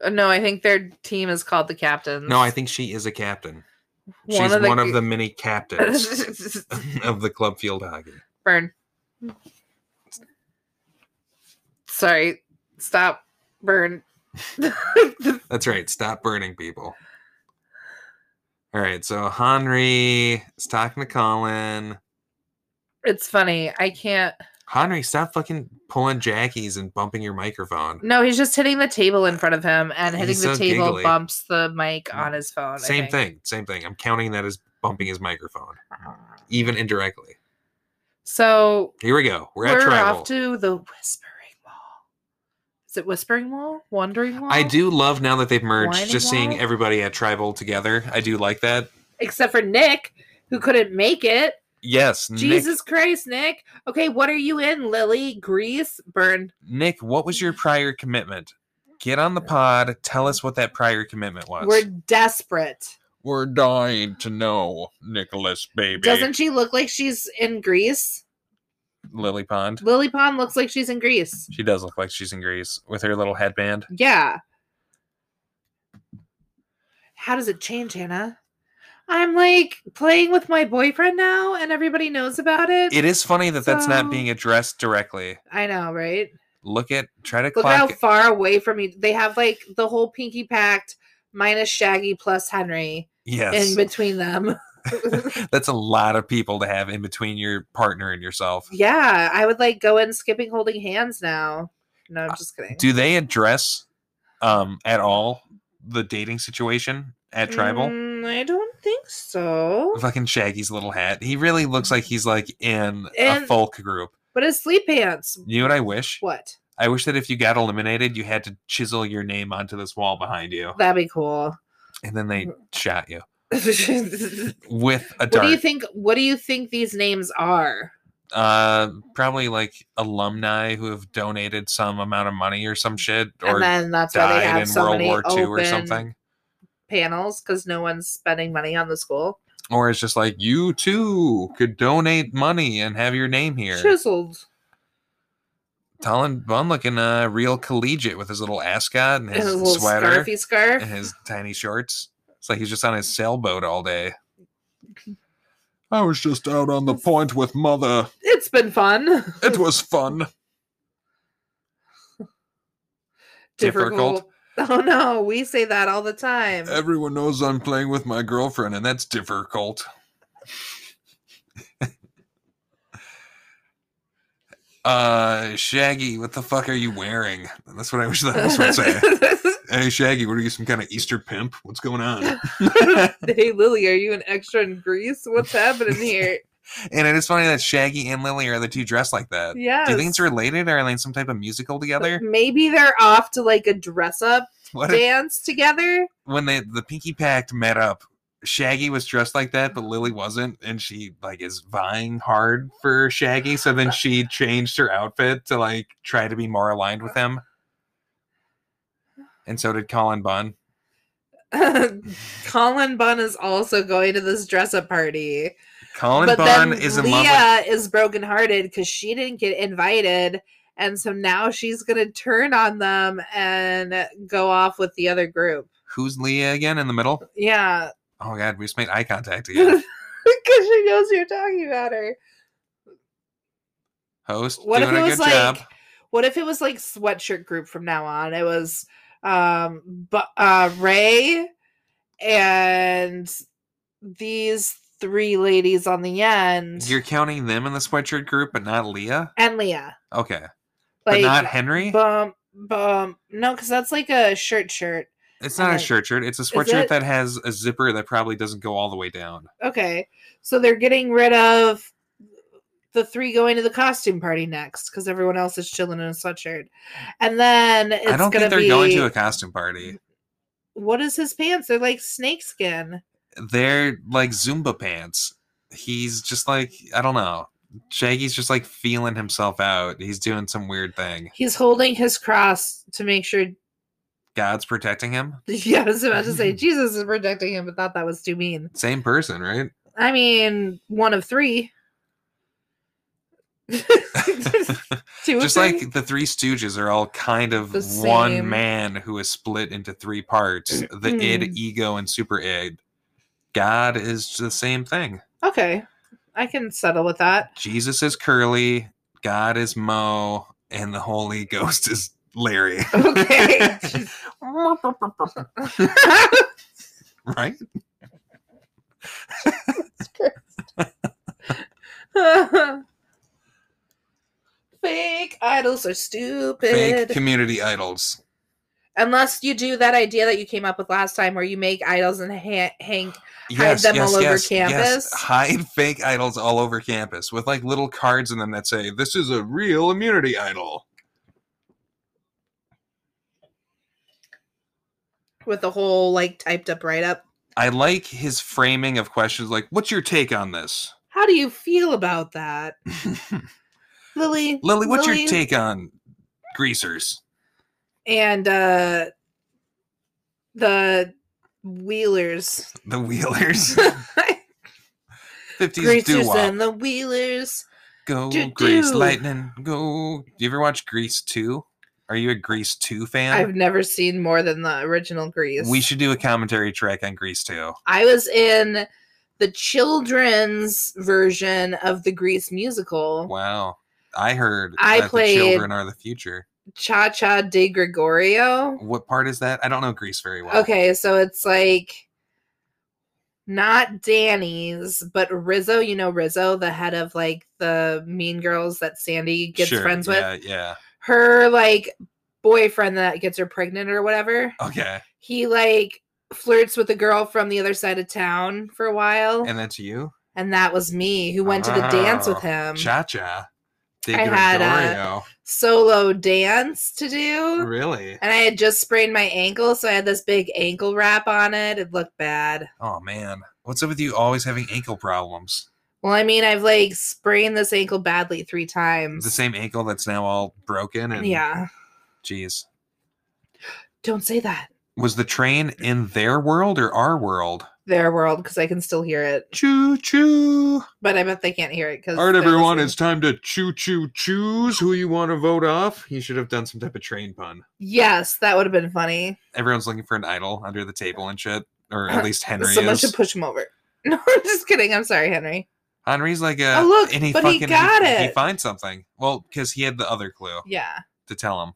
Speaker 2: Uh, no, I think their team is called the Captains.
Speaker 1: No, I think she is a captain.
Speaker 2: One
Speaker 1: She's
Speaker 2: of the
Speaker 1: one
Speaker 2: g-
Speaker 1: of the many captains of the club field hockey.
Speaker 2: Burn. Sorry. Stop. Burn.
Speaker 1: That's right. Stop burning people. All right. So Henry is talking to Colin.
Speaker 2: it's funny. I can't.
Speaker 1: Henry, stop fucking pulling jackies and bumping your microphone.
Speaker 2: No, he's just hitting the table in front of him, and hitting
Speaker 1: He's
Speaker 2: the
Speaker 1: so
Speaker 2: table
Speaker 1: giggly.
Speaker 2: bumps the mic on his phone. I
Speaker 1: Same
Speaker 2: think.
Speaker 1: thing. Same thing. I'm counting that as bumping his microphone, even indirectly.
Speaker 2: So
Speaker 1: Here we go. We're,
Speaker 2: we're,
Speaker 1: at tribal.
Speaker 2: off to the Whispering Wall. Is it Whispering Wall? Wandering Wall?
Speaker 1: I do love now that they've merged,
Speaker 2: Whining
Speaker 1: just seeing
Speaker 2: wall?
Speaker 1: everybody at tribal together. I do like that.
Speaker 2: Except for Nick, who couldn't make it.
Speaker 1: Yes,
Speaker 2: Jesus Christ, Nick. Okay, what are you in, Lily? Grease? Burn.
Speaker 1: Nick. Nick, what was your prior commitment? Get on the pod. Tell us what that prior commitment was.
Speaker 2: We're desperate.
Speaker 1: We're dying to know, Nicholas baby.
Speaker 2: Doesn't she look like she's in Greece?
Speaker 1: Lily Pond.
Speaker 2: Lily Pond looks like she's in Greece.
Speaker 1: She does look like she's in Greece with her little headband.
Speaker 2: Yeah. How does it change, Hannah? I'm like playing with my boyfriend now and everybody knows about it.
Speaker 1: It is funny that that's not
Speaker 2: So-
Speaker 1: being addressed directly.
Speaker 2: I know, right?
Speaker 1: Look at try to
Speaker 2: Look how
Speaker 1: clock.
Speaker 2: far away from you. They have like the whole Pinky Pact minus Shaggy plus Henry in
Speaker 1: yes,
Speaker 2: between them.
Speaker 1: that's a lot of people to have in between your partner and yourself.
Speaker 2: Yeah, I would like go in skipping holding hands now. No, I'm just kidding.
Speaker 1: Uh, Do they address um at all the dating situation at Tribal?
Speaker 2: Mm, I don't think so.
Speaker 1: Fucking Shaggy's little hat. He really looks like he's like in a
Speaker 2: And-
Speaker 1: folk group.
Speaker 2: But his sleep pants.
Speaker 1: You know what I wish?
Speaker 2: What?
Speaker 1: I wish that if you got eliminated, you had to chisel your name onto this wall behind you,
Speaker 2: That'd be cool.
Speaker 1: and then they shot you
Speaker 2: what do
Speaker 1: with a dart.
Speaker 2: you think? Mm. What do you think these names are?
Speaker 1: Uh, probably like alumni who have donated some amount of money or some shit, or
Speaker 2: and then that's why they
Speaker 1: died in
Speaker 2: have so
Speaker 1: World
Speaker 2: many
Speaker 1: War II
Speaker 2: open
Speaker 1: or something.
Speaker 2: panels because no one's spending money on the school.
Speaker 1: Or it's just like you too could donate money and have your name here.
Speaker 2: Chiseled.
Speaker 1: Talon Bun looking uh, real collegiate with his little ascot and
Speaker 2: And
Speaker 1: his,
Speaker 2: his little
Speaker 1: sweater
Speaker 2: scarfy scarf.
Speaker 1: and his tiny shorts. It's like he's just on his sailboat all day. I was just out on the point with mother.
Speaker 2: It's been fun.
Speaker 1: It was fun. Difficult. Uh,
Speaker 2: Oh no, we say that all the time.
Speaker 1: Everyone knows I'm playing with my girlfriend, and that's difficult. uh, Shaggy, what the fuck are you wearing? That's what I wish that was what I say. Hey, Shaggy, what are you, some kind of Easter pimp? What's going on?
Speaker 2: hey, Lily, are you an extra in Greece? What's happening here?
Speaker 1: and it is funny that Shaggy and Lily are the two dressed like that.
Speaker 2: Yeah.
Speaker 1: Do you think it's related? Are they in some type of musical together?
Speaker 2: Maybe they're off to like a dress up
Speaker 1: What if,
Speaker 2: dance together.
Speaker 1: when they the Pinky Pact met up, Shaggy was dressed like that, but Lily wasn't, and she like is vying hard for Shaggy. So then she changed her outfit to like try to be more aligned with him. And so did Colin Bunn.
Speaker 2: Colin Bunn is also going to this dress up party.
Speaker 1: Colin
Speaker 2: but
Speaker 1: Bunn
Speaker 2: then
Speaker 1: is in
Speaker 2: Leah
Speaker 1: love with
Speaker 2: is brokenhearted because she didn't get invited, and so now she's gonna turn on them and go off with the other group.
Speaker 1: who's Leah again in the middle?
Speaker 2: Yeah,
Speaker 1: Oh god, we just made eye contact again.
Speaker 2: because she knows you're talking about her.
Speaker 1: Host
Speaker 2: What if
Speaker 1: doing
Speaker 2: it
Speaker 1: a
Speaker 2: was
Speaker 1: good
Speaker 2: like,
Speaker 1: job.
Speaker 2: what if it was like sweatshirt group from now on? It was, um, but uh, Ray and these three ladies on the end
Speaker 1: You're counting them in the sweatshirt group, but not Leah.
Speaker 2: and Leah,
Speaker 1: Okay,
Speaker 2: like
Speaker 1: but not Henry.
Speaker 2: bum bum. No, because that's like a shirt shirt.
Speaker 1: it's not
Speaker 2: like,
Speaker 1: a shirt shirt. It's a sweatshirt
Speaker 2: it?
Speaker 1: that has a zipper that probably doesn't go all the way down.
Speaker 2: Okay. So they're getting rid of the three going to the costume party next because everyone else is chilling in a sweatshirt. And then it's
Speaker 1: I don't
Speaker 2: gonna
Speaker 1: think they're
Speaker 2: be
Speaker 1: going to a costume party.
Speaker 2: what is his pants? They're like snakeskin.
Speaker 1: They're like Zumba pants. He's just like I don't know. Shaggy's just like feeling himself out. He's doing some weird thing.
Speaker 2: He's holding his cross to make sure
Speaker 1: God's protecting him.
Speaker 2: yeah, I was about to say Jesus is protecting him, but thought that was too mean.
Speaker 1: Same person, right?
Speaker 2: I mean, one of three. Two
Speaker 1: just
Speaker 2: of three?
Speaker 1: like the three stooges are all kind of
Speaker 2: The
Speaker 1: one
Speaker 2: same.
Speaker 1: man who is split into three parts the id
Speaker 2: Mm.
Speaker 1: ego and super id god is the same thing
Speaker 2: Okay. I can settle with that.
Speaker 1: jesus is curly god is mo and the holy ghost is larry
Speaker 2: Okay.
Speaker 1: right
Speaker 2: Fake idols are stupid.
Speaker 1: fake community idols
Speaker 2: Unless you do that idea that you came up with last time where you make idols and ha- hang.
Speaker 1: yes
Speaker 2: them
Speaker 1: yes
Speaker 2: all over
Speaker 1: yes yes
Speaker 2: campus?
Speaker 1: hide fake idols all over campus with like little cards in them that say this is a real immunity idol
Speaker 2: with a whole like typed up write up.
Speaker 1: I like his framing of questions like, what's your take on this?
Speaker 2: How do you feel about that? Lily.
Speaker 1: Lily, what's your take on greasers?
Speaker 2: And uh the Wheelers.
Speaker 1: The wheelers. 50s
Speaker 2: Greasers
Speaker 1: doo-wop.
Speaker 2: and the Wheelers.
Speaker 1: Go
Speaker 2: Do-
Speaker 1: Grease
Speaker 2: do.
Speaker 1: Lightning. Go. Do you ever watch Grease 2? Are you a Grease 2
Speaker 2: I've
Speaker 1: fan?
Speaker 2: never seen more than the original Grease.
Speaker 1: We should do a commentary track on Grease 2.
Speaker 2: I was in the children's version of the Grease musical,
Speaker 1: Wow. I heard
Speaker 2: Oh. I
Speaker 1: that the children
Speaker 2: played-
Speaker 1: are the future.
Speaker 2: Cha Cha de Gregorio.
Speaker 1: What part is that? I don't know Grease very well.
Speaker 2: Okay, so it's like not Danny's, but Rizzo. You know Rizzo, the head of like the Mean Girls that Sandy gets
Speaker 1: Sure,
Speaker 2: friends with.
Speaker 1: Yeah, yeah.
Speaker 2: Her like boyfriend that gets her pregnant or whatever.
Speaker 1: Okay.
Speaker 2: He like flirts with a girl from the other side of town for a while.
Speaker 1: And that's you?
Speaker 2: and that was me who went to the dance with
Speaker 1: Oh,
Speaker 2: him.
Speaker 1: Cha Cha.
Speaker 2: Um, I had, uh, Solo dance to do.
Speaker 1: Really?
Speaker 2: And I had just sprained my ankle, so I had this big ankle wrap on it. It looked bad.
Speaker 1: Oh man, what's up with you always having ankle problems?
Speaker 2: Well, I mean, I've like sprained this ankle badly three times.
Speaker 1: The same ankle that's now all broken and
Speaker 2: Yeah.
Speaker 1: Jeez,
Speaker 2: Don't say that.
Speaker 1: was the train in their world or our world?
Speaker 2: Their world, because I can still hear it.
Speaker 1: Choo choo!
Speaker 2: But I bet they can't hear it because
Speaker 1: All right, everyone, it's time to choo choo choose who you want to vote off. He should have done some type of train pun.
Speaker 2: Yes, that would have been funny.
Speaker 1: Everyone's looking for an idol under the table and shit, or
Speaker 2: Uh,
Speaker 1: at least Henry
Speaker 2: Someone
Speaker 1: is.
Speaker 2: should push him over. No, I'm just kidding. I'm sorry, Henry.
Speaker 1: Henry's like a.
Speaker 2: Oh, look, but he got
Speaker 1: He
Speaker 2: it.
Speaker 1: finds something. Well, because he had the other clue
Speaker 2: Yeah.
Speaker 1: to tell him.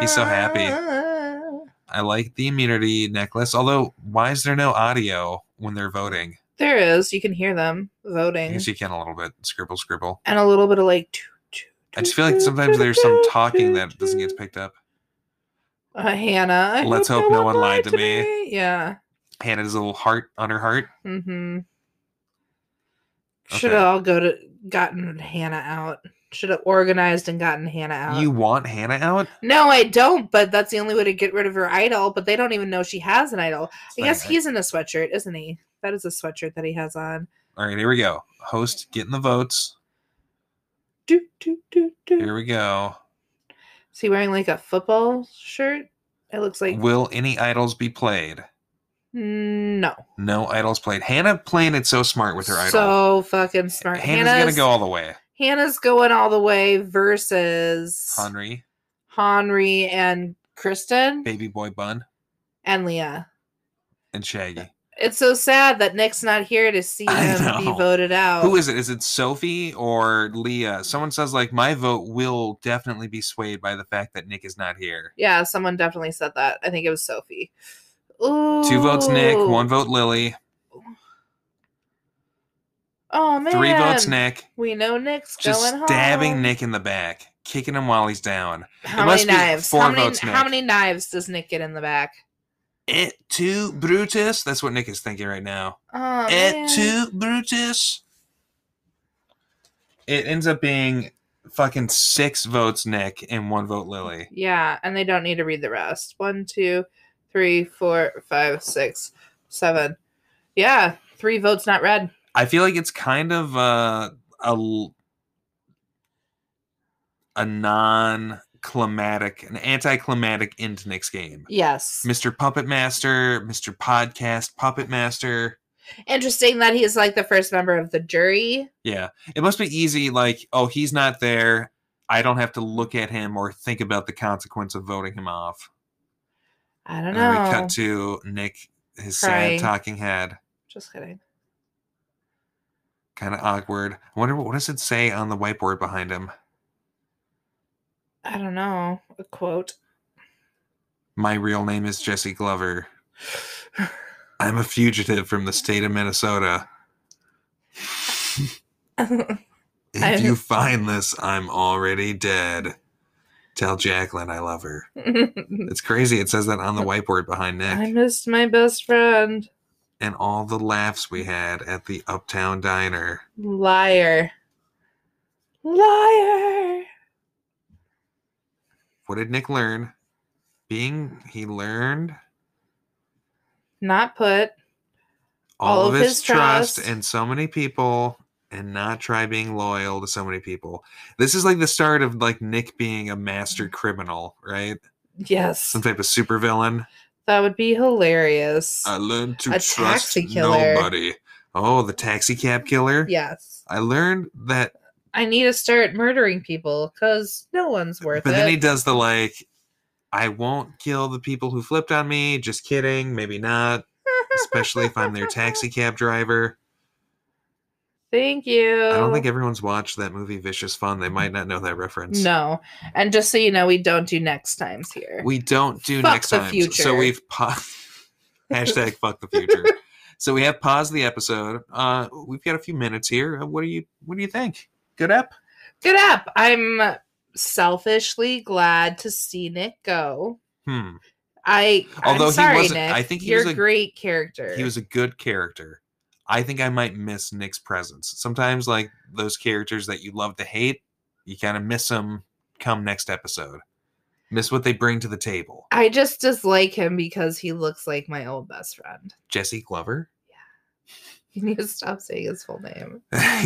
Speaker 1: He's so happy. I like the immunity necklace. Although, why is there no audio when they're voting?
Speaker 2: There is. You can hear them
Speaker 1: I
Speaker 2: voting.
Speaker 1: guess you can a little bit. Scribble, scribble.
Speaker 2: and a little bit of like.
Speaker 1: I just feel like sometimes there's some talking that doesn't get picked up.
Speaker 2: Uh, Hannah. I
Speaker 1: Let's hope no one lied to me.
Speaker 2: Yeah.
Speaker 1: Hannah's little heart on her heart.
Speaker 2: Mm-hmm. Should
Speaker 1: Okay.
Speaker 2: have all go to gotten Hannah out. Should have organized and gotten Hannah out.
Speaker 1: You want Hannah out?
Speaker 2: No, I don't, but that's the only way to get rid of her idol, but they don't even know she has an idol. I guess he's in a sweatshirt, isn't he? That is a sweatshirt that he has on.
Speaker 1: All right, here we go. Host getting the votes.
Speaker 2: Do, do, do, do.
Speaker 1: Here we go.
Speaker 2: Is he wearing like a football shirt? It looks like
Speaker 1: Will any idols be played?
Speaker 2: no.
Speaker 1: No idols played. Hannah playing it so smart with her idol.
Speaker 2: so fucking smart.
Speaker 1: Hannah's, gonna go all the way.
Speaker 2: Hannah's going all the way versus
Speaker 1: Henry,
Speaker 2: Henry and Kristen
Speaker 1: baby boy bun,
Speaker 2: and Leah.
Speaker 1: and Shaggy.
Speaker 2: It's so sad that Nick's not here to see
Speaker 1: I
Speaker 2: him be
Speaker 1: know.
Speaker 2: voted out.
Speaker 1: Who is it? Is it Sophie or Leah? Someone says like my vote will definitely be swayed by the fact that Nick is not here.
Speaker 2: Yeah, someone definitely said that. I think it was Sophie. Ooh.
Speaker 1: Two votes Nick, one vote Lily,
Speaker 2: Oh man.
Speaker 1: three votes Nick.
Speaker 2: We know Nick's
Speaker 1: Just
Speaker 2: going
Speaker 1: stabbing
Speaker 2: home.
Speaker 1: Nick in the back, kicking him while he's down.
Speaker 2: How many
Speaker 1: must be
Speaker 2: knives?
Speaker 1: four
Speaker 2: how many
Speaker 1: votes,
Speaker 2: how
Speaker 1: Nick.
Speaker 2: many knives does Nick get in the back?
Speaker 1: It to Brutus. That's what Nick is thinking right now.
Speaker 2: Oh, man.
Speaker 1: It to Brutus. It ends up being fucking six votes Nick and one vote Lily.
Speaker 2: Yeah, and they don't need to read the rest. One, two, three, four, five, six, seven. Yeah, three votes not read.
Speaker 1: I feel like it's kind of uh, a l- a non climatic, an anticlimactic end to Nick's game.
Speaker 2: Yes.
Speaker 1: Mr. Puppet Master, Mr. Podcast Puppet Master.
Speaker 2: Interesting that he's like the first member of the jury.
Speaker 1: Yeah. It must be easy, like, oh, he's not there. I don't have to look at him or think about the consequence of voting him off.
Speaker 2: I don't
Speaker 1: And
Speaker 2: know.
Speaker 1: then we cut to Nick, his
Speaker 2: Crying.
Speaker 1: sad talking head.
Speaker 2: Just kidding.
Speaker 1: Kind of awkward. I wonder what, what does it say on the whiteboard behind him?
Speaker 2: I don't know. A quote.
Speaker 1: My real name is Jesse Glover. I'm a fugitive from the state of Minnesota. If you find this, I'm already dead. Tell Jacqueline I love her. It's crazy. It says that on the whiteboard behind Nick.
Speaker 2: I missed my best friend.
Speaker 1: and all the laughs we had at the Uptown Diner.
Speaker 2: Liar. Liar.
Speaker 1: What did Nick learn? Being he learned
Speaker 2: Not put.
Speaker 1: all, of his, trust, in so many people and not try being loyal to so many people. This is like the start of like Nick being a
Speaker 2: Mm.
Speaker 1: master criminal, right?
Speaker 2: Yes.
Speaker 1: Some type of supervillain.
Speaker 2: That would be hilarious.
Speaker 1: I learned to
Speaker 2: A
Speaker 1: trust
Speaker 2: taxi killer.
Speaker 1: nobody. Oh, the taxi cab killer?
Speaker 2: yes.
Speaker 1: I learned that
Speaker 2: I need to start murdering people because no one's worth
Speaker 1: but
Speaker 2: it.
Speaker 1: then he does the like I won't kill the people who flipped on me. Just kidding. Maybe not. especially if I'm their taxi cab driver.
Speaker 2: Thank you.
Speaker 1: I don't think everyone's watched that movie Vicious Fun. They might not know that reference.
Speaker 2: No. And just so you know, we don't do next times here.
Speaker 1: We don't do
Speaker 2: Fuck
Speaker 1: next
Speaker 2: the
Speaker 1: time. So
Speaker 2: future.
Speaker 1: we've pa- hashtag fuck the future. So we have paused the episode. Uh, we've got a few minutes here. Uh, What do you What do you think? Good up.
Speaker 2: Get up. I'm selfishly glad to see Nick go.
Speaker 1: Hmm.
Speaker 2: I
Speaker 1: Although
Speaker 2: I'm
Speaker 1: he
Speaker 2: sorry,
Speaker 1: wasn't-
Speaker 2: Nick.
Speaker 1: I think he
Speaker 2: you're
Speaker 1: was a-
Speaker 2: great character.
Speaker 1: He was a good character. I think I might miss Nick's presence. Sometimes, like those characters that you love to hate, you kind of miss them. Come next episode, miss what they bring to the table.
Speaker 2: I just dislike him because he looks like my old best friend.
Speaker 1: Jesse Glover.
Speaker 2: You need to stop saying his full name.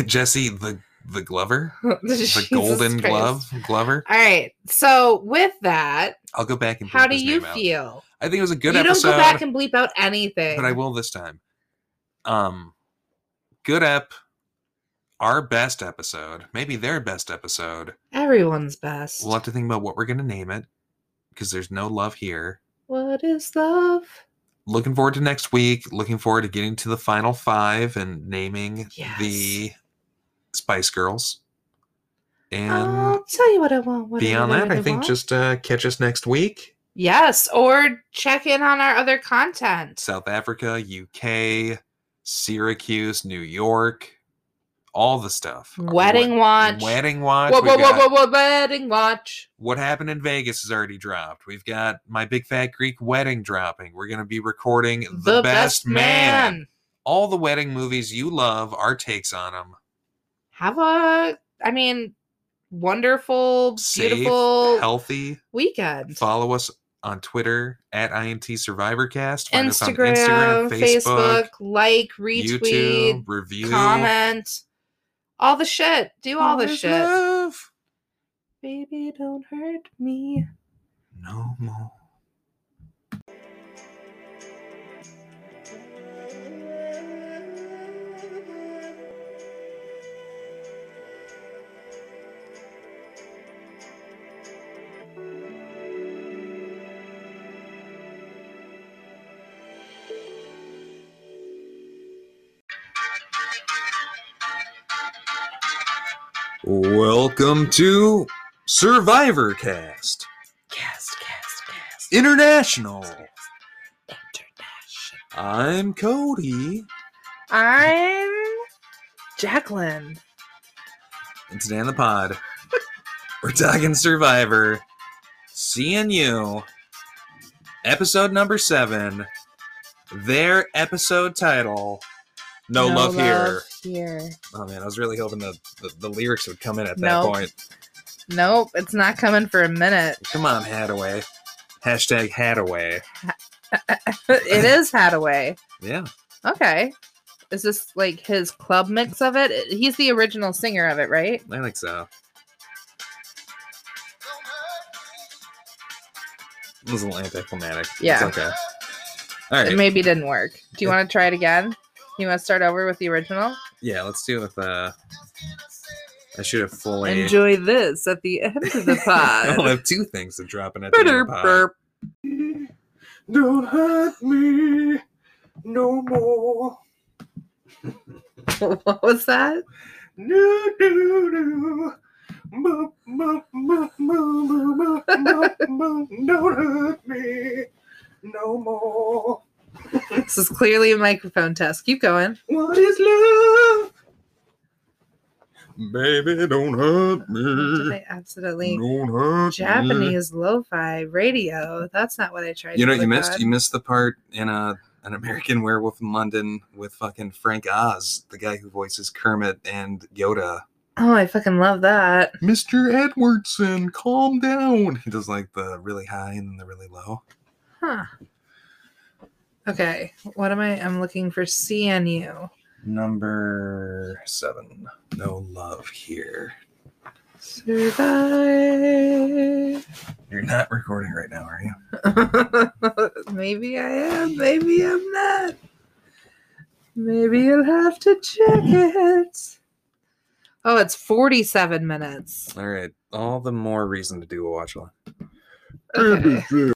Speaker 1: Jesse the the Glover, the
Speaker 2: Jesus
Speaker 1: Golden
Speaker 2: Christ.
Speaker 1: Glove Glover.
Speaker 2: All right. So with that,
Speaker 1: I'll go back and
Speaker 2: how
Speaker 1: bleep
Speaker 2: do
Speaker 1: his
Speaker 2: you
Speaker 1: name out.
Speaker 2: feel?
Speaker 1: I think it was a good
Speaker 2: you
Speaker 1: episode,
Speaker 2: don't go back and bleep out anything.
Speaker 1: but I will this time. Um, good ep, our best episode, maybe their best episode.
Speaker 2: Everyone's best.
Speaker 1: We'll have to think about what we're gonna name it because there's no love here.
Speaker 2: What is love?
Speaker 1: Looking forward to next week. Looking forward to getting to the final five and naming
Speaker 2: Yes.
Speaker 1: the Spice Girls. And
Speaker 2: I'll tell you Um, what I want. What
Speaker 1: beyond
Speaker 2: I
Speaker 1: that,
Speaker 2: really
Speaker 1: I think
Speaker 2: want.
Speaker 1: just uh, catch us next week.
Speaker 2: yes, or check in on our other content.
Speaker 1: South Africa, UK, Syracuse, New York, all the stuff.
Speaker 2: Wedding
Speaker 1: Wed-
Speaker 2: watch.
Speaker 1: Wedding watch.
Speaker 2: Whoa,
Speaker 1: we've
Speaker 2: whoa, whoa,
Speaker 1: got
Speaker 2: whoa, whoa, wedding watch.
Speaker 1: What happened in Vegas is already dropped. We've got my big fat Greek wedding dropping. We're gonna be recording the, best, man. All the wedding movies you love, our takes on them.
Speaker 2: Have a, I mean, wonderful, beautiful
Speaker 1: Safe, healthy.
Speaker 2: weekend.
Speaker 1: Follow us on Twitter at INT SurvivorCast. Find us on
Speaker 2: Instagram, Facebook, like, retweet,
Speaker 1: YouTube, review.
Speaker 2: comment, all the shit. Do all the
Speaker 1: There's
Speaker 2: shit.
Speaker 1: love.
Speaker 2: Baby, don't hurt me.
Speaker 1: No more. Welcome to Survivor Cast
Speaker 2: Cast, cast, cast.
Speaker 1: International.
Speaker 2: International.
Speaker 1: I'm Cody,
Speaker 2: I'm Jacqueline.
Speaker 1: and today on the pod, we're talking Survivor, CNU, episode number seven. Their episode title, No, Love, Here.
Speaker 2: Here.
Speaker 1: Oh man, I was really hoping the, the, the lyrics would come in at that
Speaker 2: No.
Speaker 1: point.
Speaker 2: Nope, it's not coming for a minute.
Speaker 1: Come on, Hadaway. Hashtag Hadaway.
Speaker 2: it is Hadaway.
Speaker 1: Yeah.
Speaker 2: Okay. Is this like his club mix of it? He's the original singer of it, right?
Speaker 1: I think so. It was a little anticlimactic.
Speaker 2: Yeah.
Speaker 1: It's okay. All
Speaker 2: It
Speaker 1: right.
Speaker 2: maybe didn't work. Do you want to try it again? You want to start over with the original?
Speaker 1: Yeah, let's do it with. Uh, I should have fully.
Speaker 2: Enjoy this at the end of the
Speaker 1: I will
Speaker 2: pod.
Speaker 1: have two things to drop in at the end of the pod. Don't hurt me no more.
Speaker 2: what was that?
Speaker 1: No, no, no. Mo- mo- mo- mo- mo- mo- mo- mo- Don't hurt me no more.
Speaker 2: This is clearly a microphone test. Keep going.
Speaker 1: What is love? Baby, don't hurt
Speaker 2: Did
Speaker 1: me.
Speaker 2: I absolutely
Speaker 1: Don't hurt me.
Speaker 2: Japanese lo-fi radio? That's not what I tried.
Speaker 1: You know,
Speaker 2: for
Speaker 1: you
Speaker 2: the
Speaker 1: missed
Speaker 2: pod.
Speaker 1: you missed the part in uh an American Werewolf in London with fucking Frank Oz, the guy who voices Kermit and Yoda.
Speaker 2: Oh, I fucking love that.
Speaker 1: Mr. Edwardson, calm down. He does like the really high and then the really low.
Speaker 2: Huh. Okay. What am I? I'm looking for CNU.
Speaker 1: Number seven. No love here.
Speaker 2: Survive.
Speaker 1: You're not recording right now, are you?
Speaker 2: maybe I am. Maybe I'm not. Maybe you'll have to check it. Oh, it's 47 minutes.
Speaker 1: All right. All the more reason to do a watch along.
Speaker 2: Okay.